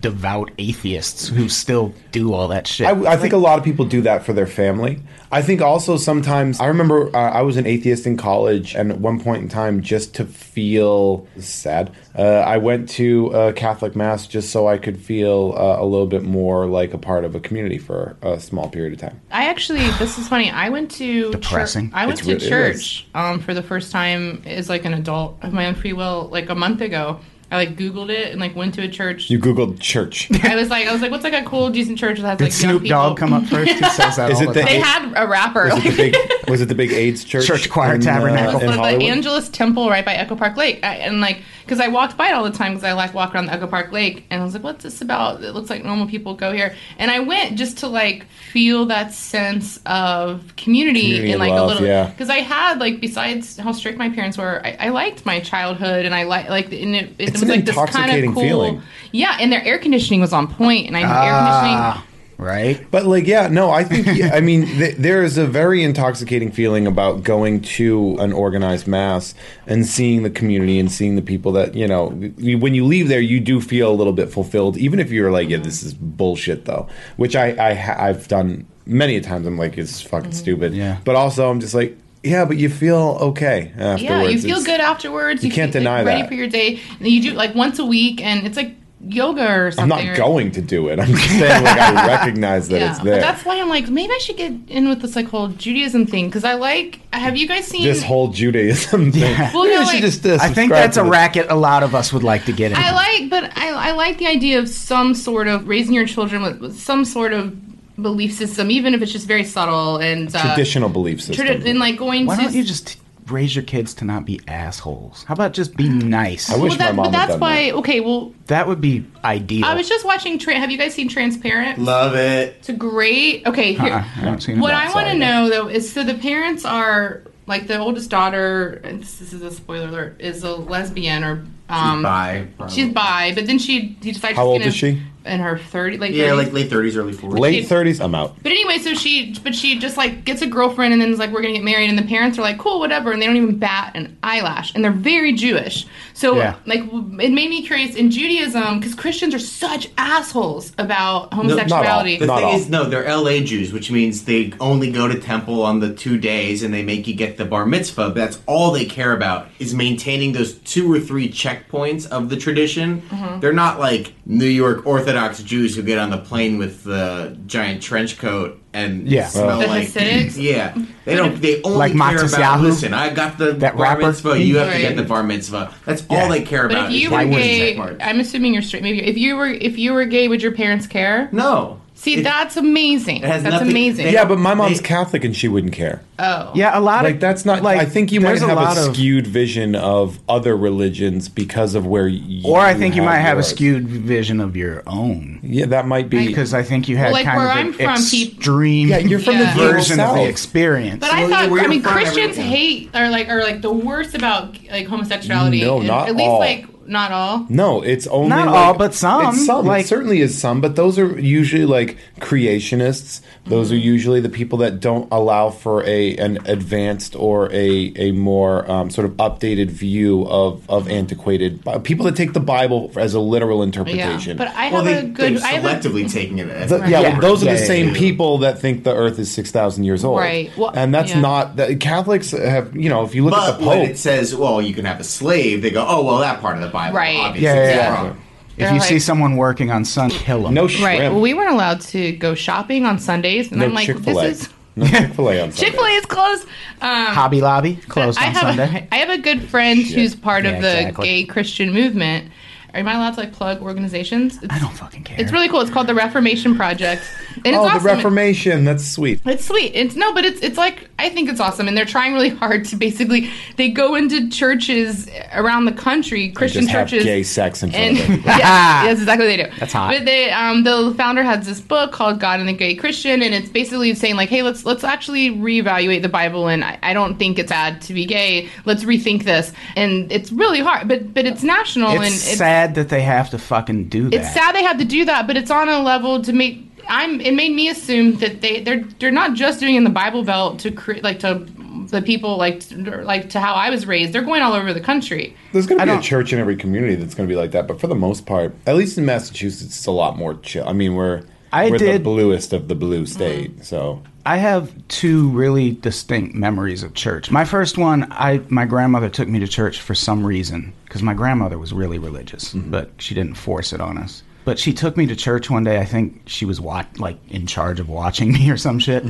Speaker 1: devout atheists who still do all that shit.
Speaker 2: I, I think a lot of people do that for their family. I think also sometimes I remember uh, I was an atheist in college, and at one point in time, just to feel sad, uh, I went to a Catholic mass just so I could feel uh, a little bit more like a part of a community for a small period of time.
Speaker 4: I actually, this is funny. I went to
Speaker 1: Depressing.
Speaker 4: Church, I went
Speaker 2: It's
Speaker 4: to
Speaker 2: really- it
Speaker 4: church um, for the first time as like an adult of my own free will, like a month ago. I like Googled it and like went to a church.
Speaker 2: You googled church.
Speaker 4: I was like, I was like, what's like a cool decent church that has
Speaker 1: Did
Speaker 4: like young
Speaker 1: Snoop
Speaker 4: people?
Speaker 1: Dogg come up first? He says that
Speaker 2: Is
Speaker 1: all
Speaker 2: it
Speaker 1: the
Speaker 2: the
Speaker 1: time.
Speaker 4: They had a rapper.
Speaker 2: Was it the
Speaker 4: like-
Speaker 2: big? Was it the big AIDS church?
Speaker 1: Church choir
Speaker 2: in, uh,
Speaker 1: tabernacle.
Speaker 2: in
Speaker 4: one of the
Speaker 2: Hollywood?
Speaker 4: Angeles Temple right by Echo Park Lake. I, and like, because I walked by it all the time because I like walk around the Echo Park Lake and I was like, what's this about? It looks like normal people go here. And I went just to like feel that sense of community,
Speaker 2: Community
Speaker 4: and like
Speaker 2: love,
Speaker 4: a little,
Speaker 2: yeah.
Speaker 4: because I had like, besides how strict my parents were, I, I liked my childhood and I li- like, and it, it
Speaker 2: It's
Speaker 4: was
Speaker 2: an
Speaker 4: like this kind
Speaker 2: intoxicating
Speaker 4: of cool.
Speaker 2: feeling.
Speaker 4: Yeah. And their air conditioning was on point and I had air conditioning.
Speaker 1: Ah, right.
Speaker 2: But like, yeah, no, I think I mean th- there is a very intoxicating feeling about going to an organized mass and seeing the community and seeing the people that you know. You, when you leave there, you do feel a little bit fulfilled, even if you're like, yeah, this is bullshit though, which I, I ha- I've done many a times. I'm like, it's fucking
Speaker 4: Mm-hmm.
Speaker 2: stupid.
Speaker 1: Yeah.
Speaker 2: But also, I'm just like, yeah, but you feel okay afterwards.
Speaker 4: Yeah, you feel
Speaker 2: It's-
Speaker 4: good afterwards.
Speaker 2: you can't
Speaker 4: feel,
Speaker 2: deny
Speaker 4: like, Ready
Speaker 2: that.
Speaker 4: for your day. And you do like once a week, and it's like yoga or
Speaker 2: I'm
Speaker 4: something.
Speaker 2: not
Speaker 4: or-
Speaker 2: going to do it. I'm just saying, like, I recognize that
Speaker 4: Yeah,
Speaker 2: it's
Speaker 4: but
Speaker 2: there.
Speaker 4: that's why I'm like maybe I should get in with this like whole Judaism thing because I like. Have you guys seen
Speaker 2: this whole Judaism thing.
Speaker 4: Well,
Speaker 2: Maybe
Speaker 4: no,
Speaker 2: we should
Speaker 4: like-
Speaker 2: just, uh,
Speaker 1: I think
Speaker 2: subscribe
Speaker 1: that's
Speaker 2: to
Speaker 1: a
Speaker 2: the-
Speaker 1: racket a lot of us would like to get in.
Speaker 4: I like, but I, I like the idea of some sort of raising your children with, with some sort of belief system, even if it's just very subtle and uh,
Speaker 2: traditional belief system.
Speaker 4: tradi- and like going
Speaker 1: Why
Speaker 4: to.
Speaker 1: don't you just raise your kids to not be assholes? How about just be nice?
Speaker 2: I wish
Speaker 4: well, that,
Speaker 2: my mom
Speaker 4: but
Speaker 2: had
Speaker 4: that's
Speaker 2: done
Speaker 4: why.
Speaker 2: that.
Speaker 4: Okay, well,
Speaker 1: That would be ideal.
Speaker 4: I was just watching. Tra- have you guys seen Transparent?
Speaker 3: Love it.
Speaker 4: It's a great. Okay, here.
Speaker 1: Uh-uh, I haven't seen
Speaker 4: what
Speaker 1: it.
Speaker 4: I want
Speaker 2: sorry.
Speaker 4: to know though is so the parents are like the oldest daughter. and This, this is a spoiler alert. Is a lesbian or um,
Speaker 3: Bye.
Speaker 4: She's bi, but then she he decides.
Speaker 2: How
Speaker 4: she's
Speaker 2: old
Speaker 4: gonna-
Speaker 2: is she?
Speaker 4: In her thirty, like
Speaker 3: Yeah,
Speaker 4: 30s.
Speaker 3: like late 30s, early 40s.
Speaker 2: Late thirties, I'm out.
Speaker 4: But anyway, so she, but she just like gets a girlfriend, and then is like, "We're gonna get married," and the parents are like, "Cool, whatever," and they don't even bat an eyelash, and they're very Jewish. So
Speaker 1: Yeah.
Speaker 4: like, w- it made me curious in Judaism because Christians are such assholes about homosexuality.
Speaker 3: The
Speaker 2: Not
Speaker 3: thing
Speaker 2: all.
Speaker 3: is, no, they're LA Jews, which means they only go to temple on the two days and they make you get the bar mitzvah. But that's all they care about is maintaining those two or three checkpoints of the tradition.
Speaker 4: Mm-hmm.
Speaker 3: They're not like New York Orthodox Jews who get on the plane with the giant trench coat and
Speaker 1: Yeah. Uh,
Speaker 3: smell
Speaker 4: The
Speaker 3: like
Speaker 4: Hasidics?
Speaker 3: yeah. They don't. They only
Speaker 1: Like
Speaker 3: care
Speaker 1: Matzah
Speaker 3: about.
Speaker 1: Yahu?
Speaker 3: Listen, I got the
Speaker 1: That
Speaker 3: bar
Speaker 1: rapper?
Speaker 3: mitzvah. You have to
Speaker 4: Right.
Speaker 3: get the bar mitzvah. That's all
Speaker 1: Yeah.
Speaker 3: they care about.
Speaker 4: But if
Speaker 3: is
Speaker 4: you
Speaker 3: the
Speaker 4: were
Speaker 3: check
Speaker 4: gay,
Speaker 3: marks.
Speaker 4: I'm assuming you're straight. Maybe if you were if you were gay, would your parents care?
Speaker 3: no.
Speaker 4: See,
Speaker 3: It-
Speaker 4: that's amazing.
Speaker 3: It has
Speaker 4: That's
Speaker 3: nothing-
Speaker 4: amazing.
Speaker 3: they-
Speaker 2: Yeah, but my mom's
Speaker 3: They-
Speaker 2: Catholic and she wouldn't care.
Speaker 4: oh,
Speaker 1: yeah, a lot
Speaker 2: Like
Speaker 1: of
Speaker 2: that's not.
Speaker 1: like,
Speaker 2: I think you might
Speaker 1: there's
Speaker 2: have
Speaker 1: lot
Speaker 2: a,
Speaker 1: of-
Speaker 2: skewed vision of other religions because of where. you
Speaker 1: or I think you might have a
Speaker 2: yours.
Speaker 1: skewed vision of your own
Speaker 2: Yeah, that might be.
Speaker 1: because I think you had
Speaker 4: Well, like
Speaker 1: kind
Speaker 4: where
Speaker 1: of
Speaker 4: I'm
Speaker 1: an
Speaker 4: from, peop-
Speaker 1: extreme
Speaker 2: yeah, you're from
Speaker 4: Yeah.
Speaker 2: the rural
Speaker 1: version of
Speaker 2: south.
Speaker 1: the experience.
Speaker 4: But I
Speaker 3: Well,
Speaker 4: thought,
Speaker 3: we're
Speaker 4: I mean,
Speaker 3: from
Speaker 4: Christians
Speaker 3: everything.
Speaker 4: hate are like are like the worst about like homosexuality.
Speaker 2: No,
Speaker 4: and
Speaker 2: not
Speaker 4: at least
Speaker 2: all.
Speaker 4: like not all.
Speaker 2: No, it's only
Speaker 1: Not
Speaker 2: like-
Speaker 1: all, but some,
Speaker 2: It's some.
Speaker 1: like-
Speaker 2: it certainly is some, but those are usually like creationists. Those are usually the people that don't allow for a an advanced or a a more um, sort of updated view of of antiquated Bi- people that take the Bible as a literal
Speaker 4: Yeah,
Speaker 2: interpretation.
Speaker 4: but I have
Speaker 3: Well, they,
Speaker 4: a good.
Speaker 3: they're
Speaker 4: I have a,
Speaker 3: selectively taking it. As
Speaker 2: The-
Speaker 3: a
Speaker 2: Yeah,
Speaker 1: Yeah.
Speaker 2: well, those are
Speaker 1: Yeah,
Speaker 2: the
Speaker 1: yeah,
Speaker 2: same
Speaker 3: yeah.
Speaker 2: people that think the Earth is six thousand years old,
Speaker 4: Right. Well,
Speaker 2: and that's
Speaker 4: yeah.
Speaker 2: not that Catholics have. You know, if you look at
Speaker 3: But
Speaker 2: the
Speaker 3: when
Speaker 2: Pope,
Speaker 3: it says, "Well, you can have a slave," they go, "Oh, well, that part of the Bible,
Speaker 4: Right.
Speaker 3: Obviously
Speaker 1: yeah, yeah,
Speaker 3: is
Speaker 1: yeah.
Speaker 3: wrong."
Speaker 1: If
Speaker 4: They're
Speaker 1: you
Speaker 4: like- Um,
Speaker 1: see someone working on sun, kill them.
Speaker 2: no shrimp,
Speaker 4: right. Well, we weren't allowed to go shopping on Sundays, and
Speaker 2: no
Speaker 4: I'm like,
Speaker 2: Chick-fil-A.
Speaker 4: this is
Speaker 2: no Chick-fil-A on Sunday.
Speaker 4: Chick Fil A is closed. Um,
Speaker 1: Hobby Lobby closed
Speaker 4: I
Speaker 1: on
Speaker 4: have
Speaker 1: Sunday.
Speaker 4: A, I have a good friend who's part
Speaker 1: Yeah,
Speaker 4: of the
Speaker 1: exactly.
Speaker 4: gay Christian movement. Am I allowed to like plug organizations? It's,
Speaker 1: I don't fucking care.
Speaker 4: It's really cool. It's called the Reformation Project, and it's
Speaker 2: Oh,
Speaker 4: awesome.
Speaker 2: the Reformation. That's sweet.
Speaker 4: It's sweet. It's no, but it's it's like I think it's awesome, and they're trying really hard to basically they go into churches around the country, Christian
Speaker 2: just have
Speaker 4: churches,
Speaker 2: gay sex in front
Speaker 4: and
Speaker 2: of everybody.
Speaker 4: yeah, that's exactly what they do. That's
Speaker 1: hot.
Speaker 4: But they um the founder has this book called God and the Gay Christian, and it's basically saying like, hey, let's let's actually reevaluate the Bible, and I, I don't think it's bad to be gay. Let's rethink this, and it's really hard, but but it's national
Speaker 1: it's
Speaker 4: and it's
Speaker 1: sad that they have to fucking do that.
Speaker 4: it's sad they had to do that, but it's on a level to make. I'm. It made me assume that they they're they're not just doing it in the Bible Belt to create like to the people like to, like to how I was raised. They're going all over the country.
Speaker 2: There's going
Speaker 1: I
Speaker 2: to be a
Speaker 1: don't-
Speaker 2: church in every community that's going to be like that, but for the most part, at least in Massachusetts, it's a lot more chill. I mean, we're
Speaker 1: I
Speaker 2: we're
Speaker 1: did-
Speaker 2: the bluest of the blue state, so
Speaker 1: I have two really distinct memories of church. My first one, I my grandmother took me to church for some reason because my grandmother was really religious, but she didn't force it on us. But she took me to church one day. I think she was wa- like in charge of watching me or some shit,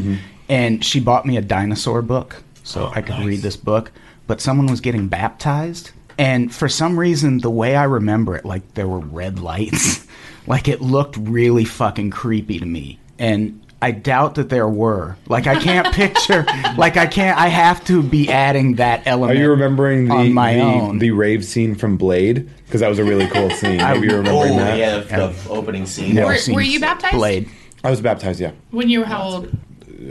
Speaker 1: and she bought me a dinosaur book so I could read this book. But someone was getting baptized, And for some reason, the way I remember it, like there were red lights, like it looked really fucking creepy to me. And I doubt that there were. Like I can't picture. Like I can't. I have to be adding that
Speaker 2: Are
Speaker 1: element.
Speaker 2: Oh, you remembering the
Speaker 1: on my
Speaker 2: the,
Speaker 1: own.
Speaker 2: the rave scene from Blade? Because that was a really cool scene. Are you remembering
Speaker 3: Oh
Speaker 2: that?
Speaker 3: yeah, the, the opening scene.
Speaker 1: Never
Speaker 4: Were-
Speaker 1: seen
Speaker 4: were you baptized?
Speaker 1: Blade.
Speaker 2: I was baptized. Yeah,
Speaker 4: When you were how old?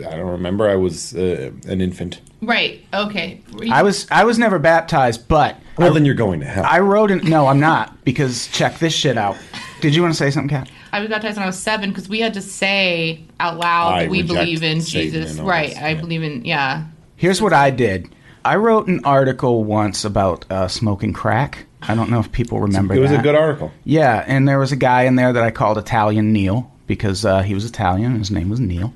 Speaker 2: I don't remember. I was uh, an infant.
Speaker 4: Right. Okay. Were you-
Speaker 1: I was. I was never baptized, but
Speaker 2: Well, then you're going to hell.
Speaker 1: I wrote. An, no, I'm not. Because check this shit out. Did you want to say something, Kat?
Speaker 4: I was baptized when I was seven because we had to say out loud
Speaker 2: I
Speaker 4: that we
Speaker 2: reject
Speaker 4: believe in
Speaker 2: Satan
Speaker 4: Jesus.
Speaker 2: and all
Speaker 4: Right.
Speaker 2: this,
Speaker 4: I
Speaker 2: yeah.
Speaker 4: believe in yeah.
Speaker 1: Here's what I did. I wrote an article once about uh, smoking crack. I don't know if people remember.
Speaker 2: it was a
Speaker 1: that.
Speaker 2: good article.
Speaker 1: Yeah, and there was a guy in there that I called Italian Neil because uh, he was Italian and his name was Neil.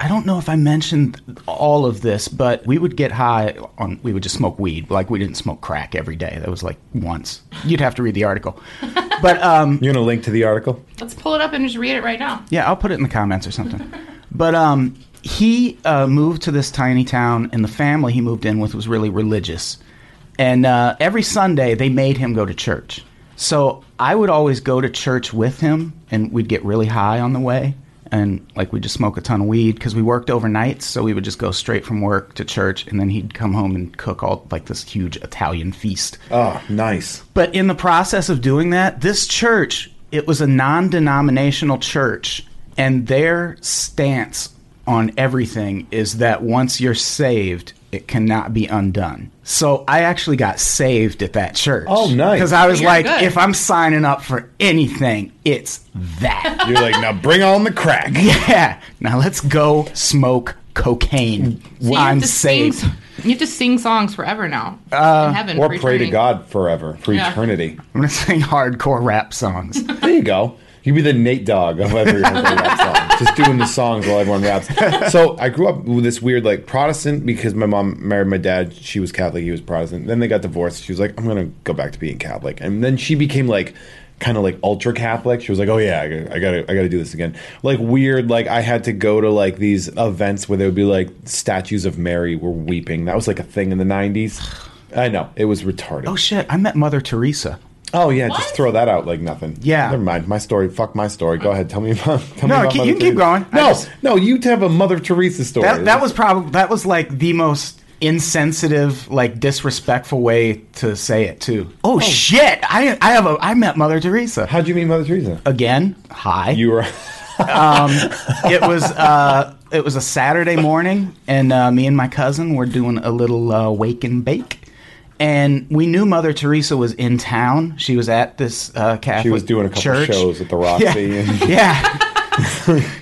Speaker 1: I don't know if I mentioned all of this, but we would get high on we would just smoke weed. Like we didn't smoke crack every day. That was like once. You'd have to read the article. But um
Speaker 2: You're gonna link to the article.
Speaker 4: Let's pull it up and just read it right now.
Speaker 1: yeah, I'll put it in the comments or something. But um, he uh, moved to this tiny town, and the family he moved in with was really religious. And uh, every Sunday, they made him go to church. So I would always go to church with him, and we'd get really high on the way. And like we'd just smoke a ton of weed because we worked overnights, so we would just go straight from work to church, and then he'd come home and cook all like this huge Italian feast.
Speaker 2: Oh, nice.
Speaker 1: But in the process of doing that, this church, it was a non denominational church, and their stance on everything is that once you're saved, it cannot be undone. So I actually got saved at that church.
Speaker 2: Oh, nice.
Speaker 1: Because I was
Speaker 4: You're
Speaker 1: like,
Speaker 4: good.
Speaker 1: if I'm signing up for anything, it's that.
Speaker 2: You're like, now bring on the crack.
Speaker 1: yeah. Now let's go smoke cocaine.
Speaker 4: So you have
Speaker 1: I'm
Speaker 4: to sing
Speaker 1: saved.
Speaker 4: s- You have to sing songs forever now. in heaven
Speaker 2: Or
Speaker 4: for
Speaker 2: Uh, pray to
Speaker 4: eternity.
Speaker 2: God forever for
Speaker 4: Yeah.
Speaker 2: eternity.
Speaker 1: I'm going to sing hardcore rap songs.
Speaker 2: There you go. You'd be the Nate Dog of every every rap song, just doing the songs while everyone raps. So I grew up with this weird like Protestant because my mom married my dad. She was Catholic, he was Protestant. Then they got divorced. She was like, "I'm gonna go back to being Catholic," and then she became like kind of like ultra Catholic. She was like, "Oh yeah, I gotta, I gotta, I gotta do this again." Like weird. Like I had to go to like these events where there would be like statues of Mary were weeping. That was like a thing in the '90s. I know it was retarded.
Speaker 1: oh, shit. I met Mother Teresa.
Speaker 2: Oh yeah, just throw that out like nothing.
Speaker 1: Yeah.
Speaker 2: never mind. My story. Fuck my story. Go ahead. Tell me about. Tell
Speaker 1: No,
Speaker 2: me about
Speaker 1: keep-
Speaker 2: Mother
Speaker 1: you can keep
Speaker 2: Teresa.
Speaker 1: going. I
Speaker 2: No,
Speaker 1: just-
Speaker 2: no, you have a Mother Teresa story.
Speaker 1: That, that was probably that was like the most insensitive, like disrespectful way to say it too. Oh, shit! I I have a I met Mother Teresa
Speaker 2: How'd you meet Mother Teresa?
Speaker 1: again. Hi.
Speaker 2: You were.
Speaker 1: it was uh, it was a Saturday morning, and uh, me and my cousin were doing a little uh, wake and bake. And we knew Mother Teresa was in town. She was at this uh, Catholic
Speaker 2: She was doing a couple
Speaker 1: church.
Speaker 2: shows at the Roxy. And,
Speaker 1: Yeah.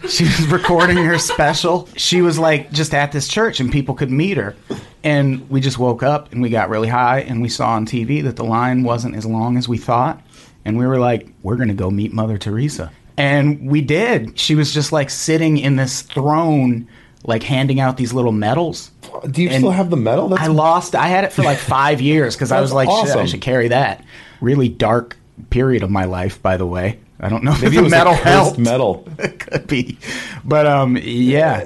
Speaker 1: she was recording her special. She was like just at this church and people could meet her. And we just woke up and we got really high and we saw on TV that the line wasn't as long as we thought. And we were like, we're going to go meet Mother Teresa. And we did. She was just like sitting in this throne, like handing out these little medals.
Speaker 2: do you
Speaker 1: And
Speaker 2: still have the medal? That's
Speaker 1: I lost. I had it for like five years because I
Speaker 2: That's
Speaker 1: was like, shit, I
Speaker 2: awesome.
Speaker 1: should carry that. Really dark period of my life, by the way. I don't know if
Speaker 2: Maybe
Speaker 1: the
Speaker 2: it was
Speaker 1: medal
Speaker 2: a
Speaker 1: helped.
Speaker 2: cursed medal.
Speaker 1: It could be, but um, yeah,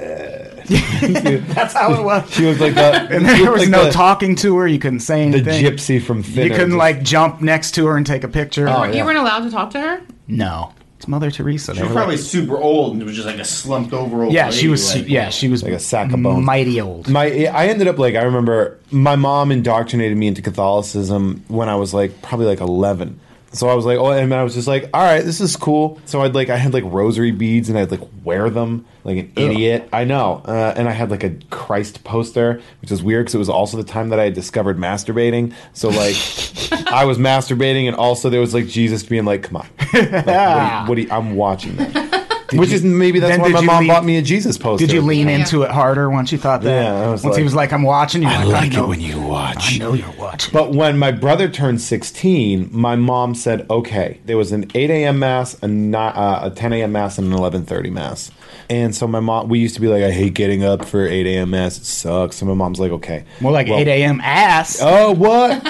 Speaker 1: that's how it was.
Speaker 2: She looked like that.
Speaker 1: And there was no talking to her. You couldn't say
Speaker 2: The
Speaker 1: anything.
Speaker 2: gypsy from Thinner.
Speaker 1: You couldn't
Speaker 2: just-
Speaker 1: like jump next to her and take a picture.
Speaker 2: Oh,
Speaker 4: You weren't allowed to talk to her.
Speaker 1: no, it's Mother Teresa. They
Speaker 3: She was
Speaker 1: were
Speaker 3: probably
Speaker 1: like-
Speaker 3: super old and was just like a slumped over old.
Speaker 1: yeah,
Speaker 3: lady,
Speaker 1: she was.
Speaker 3: like-
Speaker 1: yeah, she was
Speaker 2: Like a sack of bones.
Speaker 1: Mighty old.
Speaker 2: My, I ended up like I remember my mom indoctrinated me into Catholicism when I was like probably like eleven. So I was like, oh, and I was just like, all right, this is cool. So I'd like, I had like rosary beads, and I'd like wear them like an idiot. I know, uh, and I had like a Christ poster, which is weird because it was also the time that I had discovered masturbating. So like, I was masturbating, and also there was like Jesus being like, come on, like, what, do you, what do you, I'm watching that. Which is maybe that's
Speaker 1: then
Speaker 2: why
Speaker 1: did
Speaker 2: my
Speaker 1: you
Speaker 2: mom
Speaker 1: lean-
Speaker 2: bought me a Jesus poster.
Speaker 1: Did you lean
Speaker 4: Yeah.
Speaker 1: into it harder once you thought that?
Speaker 2: Yeah, I was
Speaker 1: once he
Speaker 2: like-
Speaker 1: was like, "I'm watching you."
Speaker 2: I
Speaker 1: like,
Speaker 2: like it
Speaker 1: know-
Speaker 2: when you
Speaker 1: I
Speaker 2: watch.
Speaker 1: know you're watching.
Speaker 2: But when my brother turned 16, my mom said, okay, there was an 8 a.m. mass, a, ni- uh, a 10 a.m. mass, and an 11.30 mass. And so my mom, we used to be like, I hate getting up for 8 a.m. mass. It sucks. So my mom's like, okay.
Speaker 1: More like
Speaker 2: well-
Speaker 1: 8 a.m. ass.
Speaker 2: Oh, what?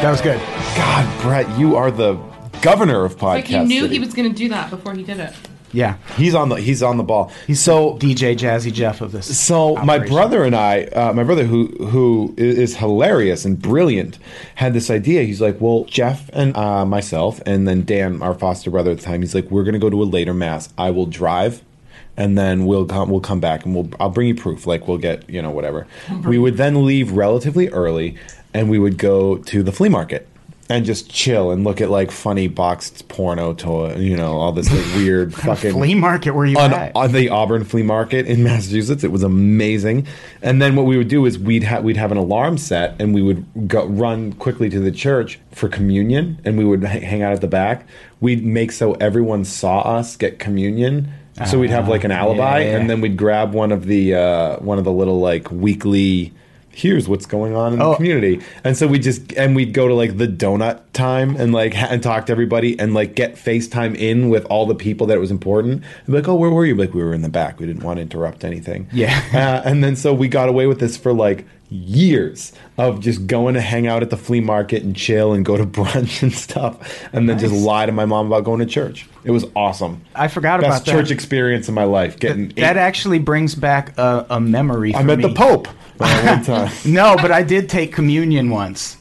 Speaker 1: That was good.
Speaker 2: God, Brett, you are the governor of podcasts.
Speaker 4: Like you knew he was going to do that before he did it.
Speaker 1: Yeah.
Speaker 2: He's on the he's on the ball. so
Speaker 1: DJ Jazzy Jeff of this.
Speaker 2: so my
Speaker 1: operation.
Speaker 2: brother and I, uh, my brother who who i- is hilarious and brilliant, had this idea. He's like, well, Jeff and uh, myself, and then Dan, our foster brother at the time. He's like, we're gonna go to a later mass. I will drive, and then we'll come we'll come back and we'll I'll bring you proof. Like we'll get you know whatever. We would then leave relatively early, and we would go to the flea market. And just chill and look at like funny boxed porno toy, you know, all this like, weird fucking
Speaker 1: flea market where you
Speaker 2: on,
Speaker 1: at?
Speaker 2: on the Auburn flea market in Massachusetts. It was amazing. And then what we would do is we'd ha- we'd have an alarm set, and we would go- run quickly to the church for communion, and we would h- hang out at the back. We'd make so everyone saw us get communion. So we'd have like an alibi,
Speaker 1: Ah, yeah.
Speaker 2: and then we'd grab one of the uh, one of the little like weekly. Here's what's going on in the
Speaker 1: Oh.
Speaker 2: community, and so we just and we'd go to like the donut time and like ha- and talk to everybody and like get FaceTime in with all the people that it was important. And be like, oh, where were you? Like we were in the back. We didn't want to interrupt anything.
Speaker 1: Yeah.
Speaker 2: uh, and then so we got away with this for like years of just going to hang out at the flea market and chill and go to brunch and stuff, and then just lie to my mom about going to church. It was awesome.
Speaker 1: I forgot
Speaker 2: Best
Speaker 1: about that.
Speaker 2: church experience in my life. Getting
Speaker 1: that actually brings back a, a memory. For
Speaker 2: I met
Speaker 1: me.
Speaker 2: the Pope uh, one time.
Speaker 1: No, but I did take communion once.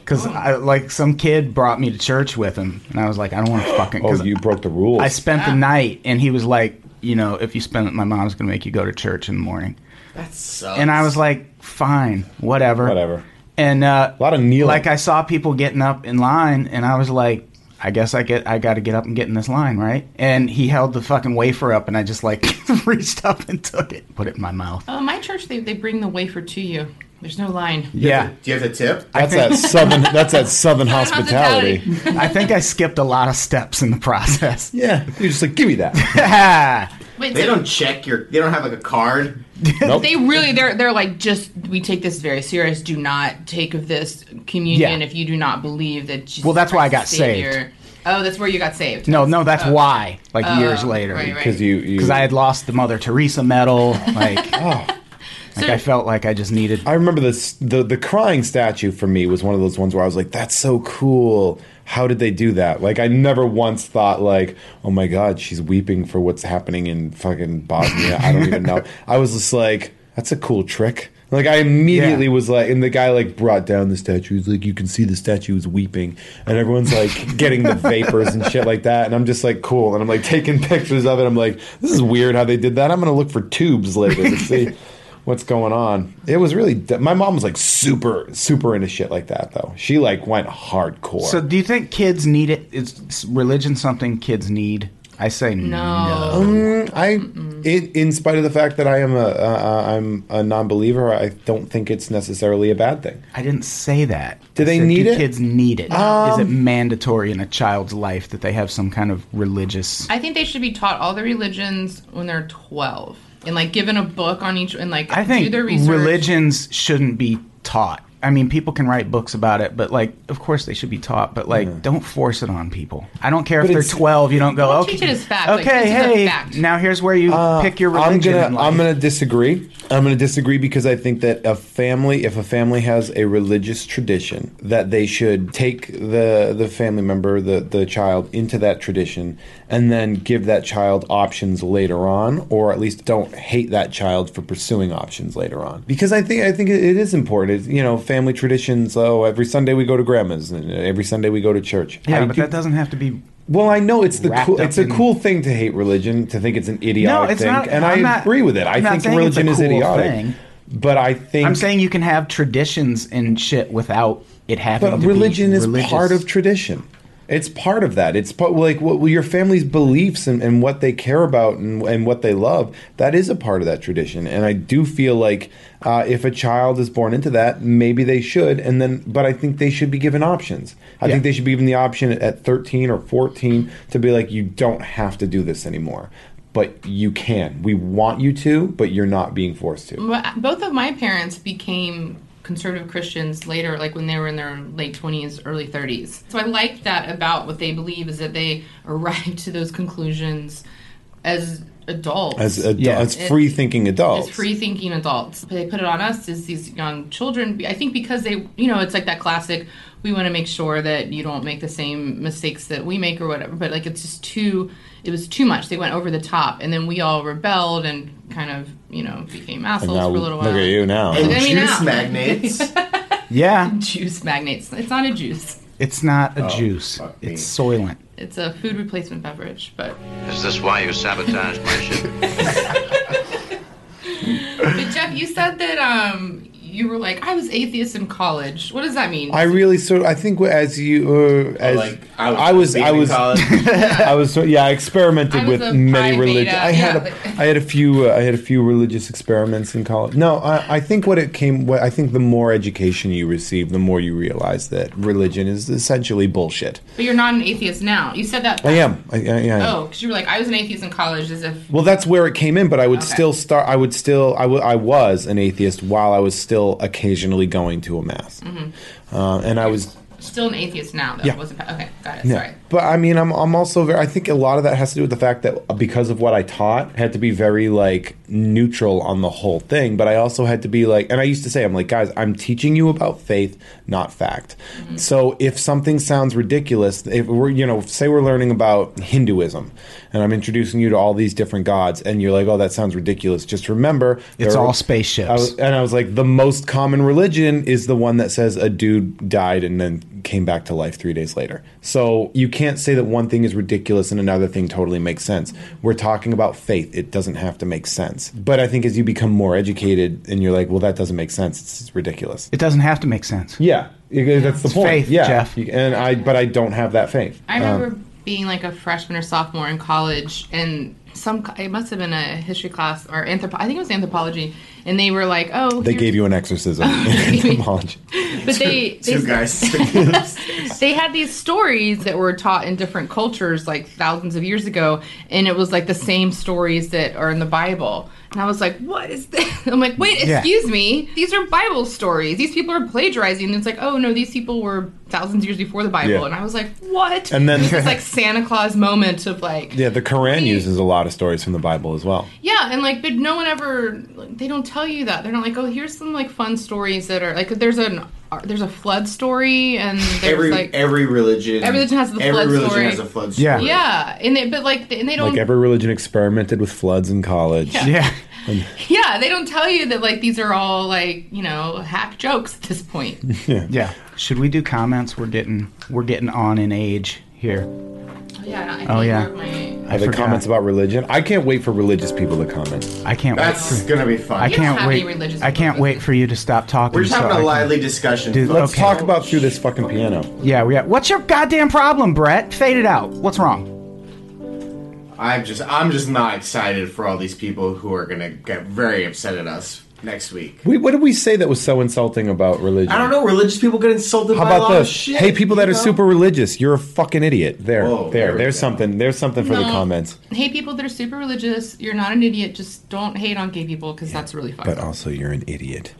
Speaker 1: Because like some kid brought me to church with him, and I was like, I don't want to fucking.
Speaker 2: Oh,
Speaker 1: 'cause
Speaker 2: you broke the rules.
Speaker 1: I spent
Speaker 3: Ah.
Speaker 1: the night, and he was like, you know, if you spend it, my mom's gonna make you go to church in the morning.
Speaker 3: That sucks.
Speaker 1: And I was like, fine, whatever,
Speaker 2: Whatever.
Speaker 1: And uh,
Speaker 2: A lot of kneeling.
Speaker 1: Like I saw people getting up in line, and I was like, I guess I get, I got to get up and get in this line, right? And he held the fucking wafer up, and I just like reached up and took it, put it in my mouth.
Speaker 4: Oh, my church, they, they bring the wafer to you. There's no line.
Speaker 1: Yeah,
Speaker 3: Do you have the tip?
Speaker 2: That's that southern. That's that southern
Speaker 4: Hospitality.
Speaker 2: hospitality.
Speaker 1: I think I skipped a lot of steps in the process.
Speaker 2: Yeah, you're just like, give me that.
Speaker 4: Wait,
Speaker 3: They
Speaker 4: so
Speaker 3: don't check your. They don't have like a card.
Speaker 2: nope.
Speaker 4: they really they're they're like just we take this very serious. Do not take of this communion
Speaker 1: Yeah.
Speaker 4: if you do not believe that Jesus
Speaker 1: Well, that's why I got
Speaker 4: Christ is Savior.
Speaker 1: saved.
Speaker 4: Oh, that's where you got saved.
Speaker 1: no, no, that's why. Like years later,
Speaker 4: Oh. right, right.
Speaker 2: Because you, you.
Speaker 1: because I had lost the Mother Teresa medal. Like, oh. like I felt like I just needed.
Speaker 2: I remember this. The the crying statue for me was one of those ones where I was like, that's so cool. How did they do that? Like, I never once thought like, oh my god, she's weeping for what's happening in fucking Bosnia. I don't even know. I was just like, that's a cool trick. Like I immediately
Speaker 1: Yeah.
Speaker 2: was like, and the guy like brought down the statue. He's like, you can see the statue is weeping, and everyone's like getting the vapors and shit like that. And I'm just like, cool. And I'm like taking pictures of it. I'm like, this is weird how they did that. I'm gonna look for tubes later to see what's going on. It was really. d my mom was like super, super into shit like that though. She like went hardcore.
Speaker 1: So, do you think kids need it? Is religion something kids need? I say
Speaker 4: No.
Speaker 2: Mm, I, in, in spite of the fact that I am a, uh, I'm a non-believer, I don't think it's necessarily a bad thing.
Speaker 1: I didn't say that.
Speaker 2: Do
Speaker 1: I
Speaker 2: they
Speaker 1: said,
Speaker 2: need it? Um,
Speaker 1: Kids need it. Is it mandatory in a child's life that they have some kind of religious?
Speaker 4: I think they should be taught all the religions when they're 12 and like given a book on each and like
Speaker 1: I
Speaker 4: do
Speaker 1: think
Speaker 4: their research.
Speaker 1: religions shouldn't be taught. I mean, people can write books about it, but like, of course they should be taught. But like, don't force it on people. I don't care if they're
Speaker 2: it's-
Speaker 1: twelve. You don't go.
Speaker 4: Don't
Speaker 1: okay,
Speaker 4: teach it as fact, like,
Speaker 1: Okay,
Speaker 4: this is a
Speaker 1: hey,
Speaker 4: fact."
Speaker 1: now here's where you pick your
Speaker 2: Uh, I'm
Speaker 1: religion. in
Speaker 2: gonna
Speaker 1: life.
Speaker 2: I'm gonna disagree. I'm gonna disagree because I think that a family, if a family has a religious tradition, that they should take the the family member, the the child, into that tradition, and then give that child options later on, or at least don't hate that child for pursuing options later on. Because I think I think it, it is important. It's, you know, family traditions. Oh, every Sunday we go to grandma's, and every Sunday we go to church.
Speaker 1: yeah,
Speaker 2: I
Speaker 1: but
Speaker 2: do-
Speaker 1: that doesn't have to be.
Speaker 2: well, I know it's the
Speaker 1: wrapped
Speaker 2: cool,
Speaker 1: up
Speaker 2: it's a
Speaker 1: in-
Speaker 2: cool thing to hate religion, to think it's an idiotic
Speaker 1: No, it's
Speaker 2: thing,
Speaker 1: not-
Speaker 2: and
Speaker 1: I'm
Speaker 2: I
Speaker 1: not-
Speaker 2: agree with it. i
Speaker 1: I'm not
Speaker 2: think
Speaker 1: saying it's a
Speaker 2: religion is
Speaker 1: cool
Speaker 2: idiotic,
Speaker 1: thing.
Speaker 2: but I think
Speaker 1: I'm saying you can have traditions and shit without it having.
Speaker 2: but
Speaker 1: to be
Speaker 2: religion is
Speaker 1: religious.
Speaker 2: part of tradition. It's part of that. It's part, like what well, your family's beliefs and, and what they care about and, and what they love. That is a part of that tradition. And I do feel like uh, if a child is born into that, maybe they should. And then, but I think they should be given options. I
Speaker 1: Yeah.
Speaker 2: think they should be given the option at 13 or 14 to be like, you don't have to do this anymore, but you can. We want you to, but you're not being forced to.
Speaker 4: But both of my parents became conservative Christians later, like when they were in their late twenties, early thirties. So I like that about what they believe is that they arrived to those conclusions as adults.
Speaker 2: As a,
Speaker 1: Yeah.
Speaker 2: as free thinking adults.
Speaker 4: as free thinking adults. They put it on us as these young children. I think because they, you know, it's like that classic, we want to make sure that you don't make the same mistakes that we make or whatever. But like it's just too, it was too much. They went over the top. And then we all rebelled and kind of, you know, became assholes
Speaker 2: now
Speaker 4: for a little
Speaker 2: look
Speaker 4: while.
Speaker 2: at you now.
Speaker 4: I mean,
Speaker 3: Juice
Speaker 4: now.
Speaker 3: magnates.
Speaker 1: Yeah,
Speaker 4: Juice magnates. It's not a juice.
Speaker 1: it's not
Speaker 2: Oh,
Speaker 1: a juice.
Speaker 3: fuck me.
Speaker 1: It's Soylent.
Speaker 4: It's a food replacement beverage, but
Speaker 9: Is this why you sabotaged my ship?
Speaker 4: but Jeff, you said that um you were like I was atheist in college. What does that mean?
Speaker 2: I really sort of, I think as you uh, as
Speaker 3: Oh, like
Speaker 2: I was I
Speaker 3: in
Speaker 2: was
Speaker 3: college.
Speaker 2: I was sort- yeah I experimented
Speaker 4: I was
Speaker 2: with
Speaker 4: a
Speaker 2: many
Speaker 4: Pi
Speaker 2: religions.
Speaker 4: Beta,
Speaker 2: I had
Speaker 4: yeah,
Speaker 2: a, I had a few uh, I had a few religious experiments in college. No, I, I think what it came what I think the more education you receive, the more you realize that religion is essentially bullshit.
Speaker 4: but you're not an atheist now. You said that.
Speaker 2: I am. I, I, I am.
Speaker 4: Oh, because you were like I was an atheist in college, as if
Speaker 2: Well, that's where it came in, but I would
Speaker 4: Okay.
Speaker 2: still start. I would still. I wa- I was an atheist while I was still occasionally going to a mass,
Speaker 4: Mm-hmm.
Speaker 2: uh, and I was.
Speaker 4: still an atheist now. That
Speaker 2: Yeah.
Speaker 4: wasn't okay. Got it.
Speaker 2: Yeah.
Speaker 4: Sorry.
Speaker 2: But I mean, I'm I'm also very. I think a lot of that has to do with the fact that because of what I taught, I had to be very like neutral on the whole thing. But I also had to be like, and I used to say, I'm like, guys, I'm teaching you about faith, not fact. So if something sounds ridiculous, if we're you know, say we're learning about Hinduism, and I'm introducing you to all these different gods, and you're like, oh, that sounds ridiculous. Just remember,
Speaker 1: It's
Speaker 2: there-
Speaker 1: all spaceships.
Speaker 2: I was- and I was like, the most common religion is the one that says a dude died and then came back to life three days later. So you can't say that one thing is ridiculous and another thing totally makes sense. We're talking about faith. It doesn't have to make sense. But I think as you become more educated and you're like, well, that doesn't make sense. It's, it's ridiculous.
Speaker 1: It doesn't have to make sense.
Speaker 2: Yeah. it- That's the
Speaker 1: It's
Speaker 2: point.
Speaker 1: faith,
Speaker 2: yeah.
Speaker 1: Jeff.
Speaker 2: You- And I, but I don't have that faith.
Speaker 4: I remember
Speaker 2: Um,
Speaker 4: being like a freshman or sophomore in college, and some it must have been a history class or anthropo- I think it was anthropology, and they were like, "Oh,
Speaker 2: They gave you an exorcism. in college.
Speaker 4: but they, they
Speaker 3: Two guys.
Speaker 4: they had these stories that were taught in different cultures like thousands of years ago and it was like the same stories that are in the bible and i was like what is this i'm like wait
Speaker 1: Yeah.
Speaker 4: excuse me these are bible stories these people are plagiarizing and it's like oh no these people were thousands of years before the bible
Speaker 2: Yeah.
Speaker 4: and i was like what
Speaker 2: And then-
Speaker 4: it was this like santa claus moment of like
Speaker 2: yeah, the Quran uses a lot of stories from the Bible as well.
Speaker 4: yeah, and like, but no one ever. like, They don't tell you that. They're not like, oh, here's some like fun stories that are like. There's an there's a flood story, and there's
Speaker 3: every
Speaker 4: like
Speaker 3: every religion.
Speaker 4: Every religion has the
Speaker 3: every
Speaker 4: flood
Speaker 3: religion
Speaker 4: story.
Speaker 3: has a flood story.
Speaker 1: Yeah.
Speaker 4: yeah, and they but like, and they don't.
Speaker 2: Like every religion experimented with floods in college.
Speaker 1: Yeah.
Speaker 4: yeah, they don't tell you that like these are all like you know hack jokes at this point.
Speaker 1: Yeah. Should we do comments? We're getting we're getting on in age here.
Speaker 4: yeah, I
Speaker 1: Oh, yeah.
Speaker 4: My,
Speaker 1: I
Speaker 2: Are there
Speaker 1: forgot.
Speaker 2: comments about religion? I can't wait for religious people to comment.
Speaker 1: I can't wait.
Speaker 3: That's
Speaker 1: For,
Speaker 3: gonna be fun.
Speaker 1: I
Speaker 4: don't have
Speaker 1: can't
Speaker 4: any
Speaker 1: wait.
Speaker 4: religious
Speaker 1: I can't
Speaker 4: beliefs.
Speaker 1: wait for you to stop talking.
Speaker 3: We're just
Speaker 1: so
Speaker 3: having
Speaker 1: I
Speaker 3: a
Speaker 1: can-
Speaker 3: lively discussion.
Speaker 1: Dude,
Speaker 2: Let's
Speaker 1: Okay.
Speaker 2: talk about through this fucking piano.
Speaker 1: Yeah, yeah. What's your goddamn problem, Brett? Fade it out. What's wrong?
Speaker 3: I'm just I'm just not excited for all these people who are gonna get very upset at us next week.
Speaker 2: We, what did we say that was so insulting about religion?
Speaker 3: I don't know. Religious people get insulted
Speaker 2: How
Speaker 3: by a
Speaker 2: about
Speaker 3: lot of
Speaker 2: this?
Speaker 3: shit.
Speaker 2: hey, people that
Speaker 3: you
Speaker 2: are
Speaker 3: know?
Speaker 2: super religious, you're a fucking idiot. There, there,
Speaker 3: Whoa, there we
Speaker 2: there's
Speaker 3: go.
Speaker 2: something. There's something for the
Speaker 4: No.
Speaker 2: comments.
Speaker 4: hey, people that are super religious, you're not an idiot. Just don't hate on gay people because that's really fucked
Speaker 2: But
Speaker 4: up.
Speaker 2: also, you're an idiot.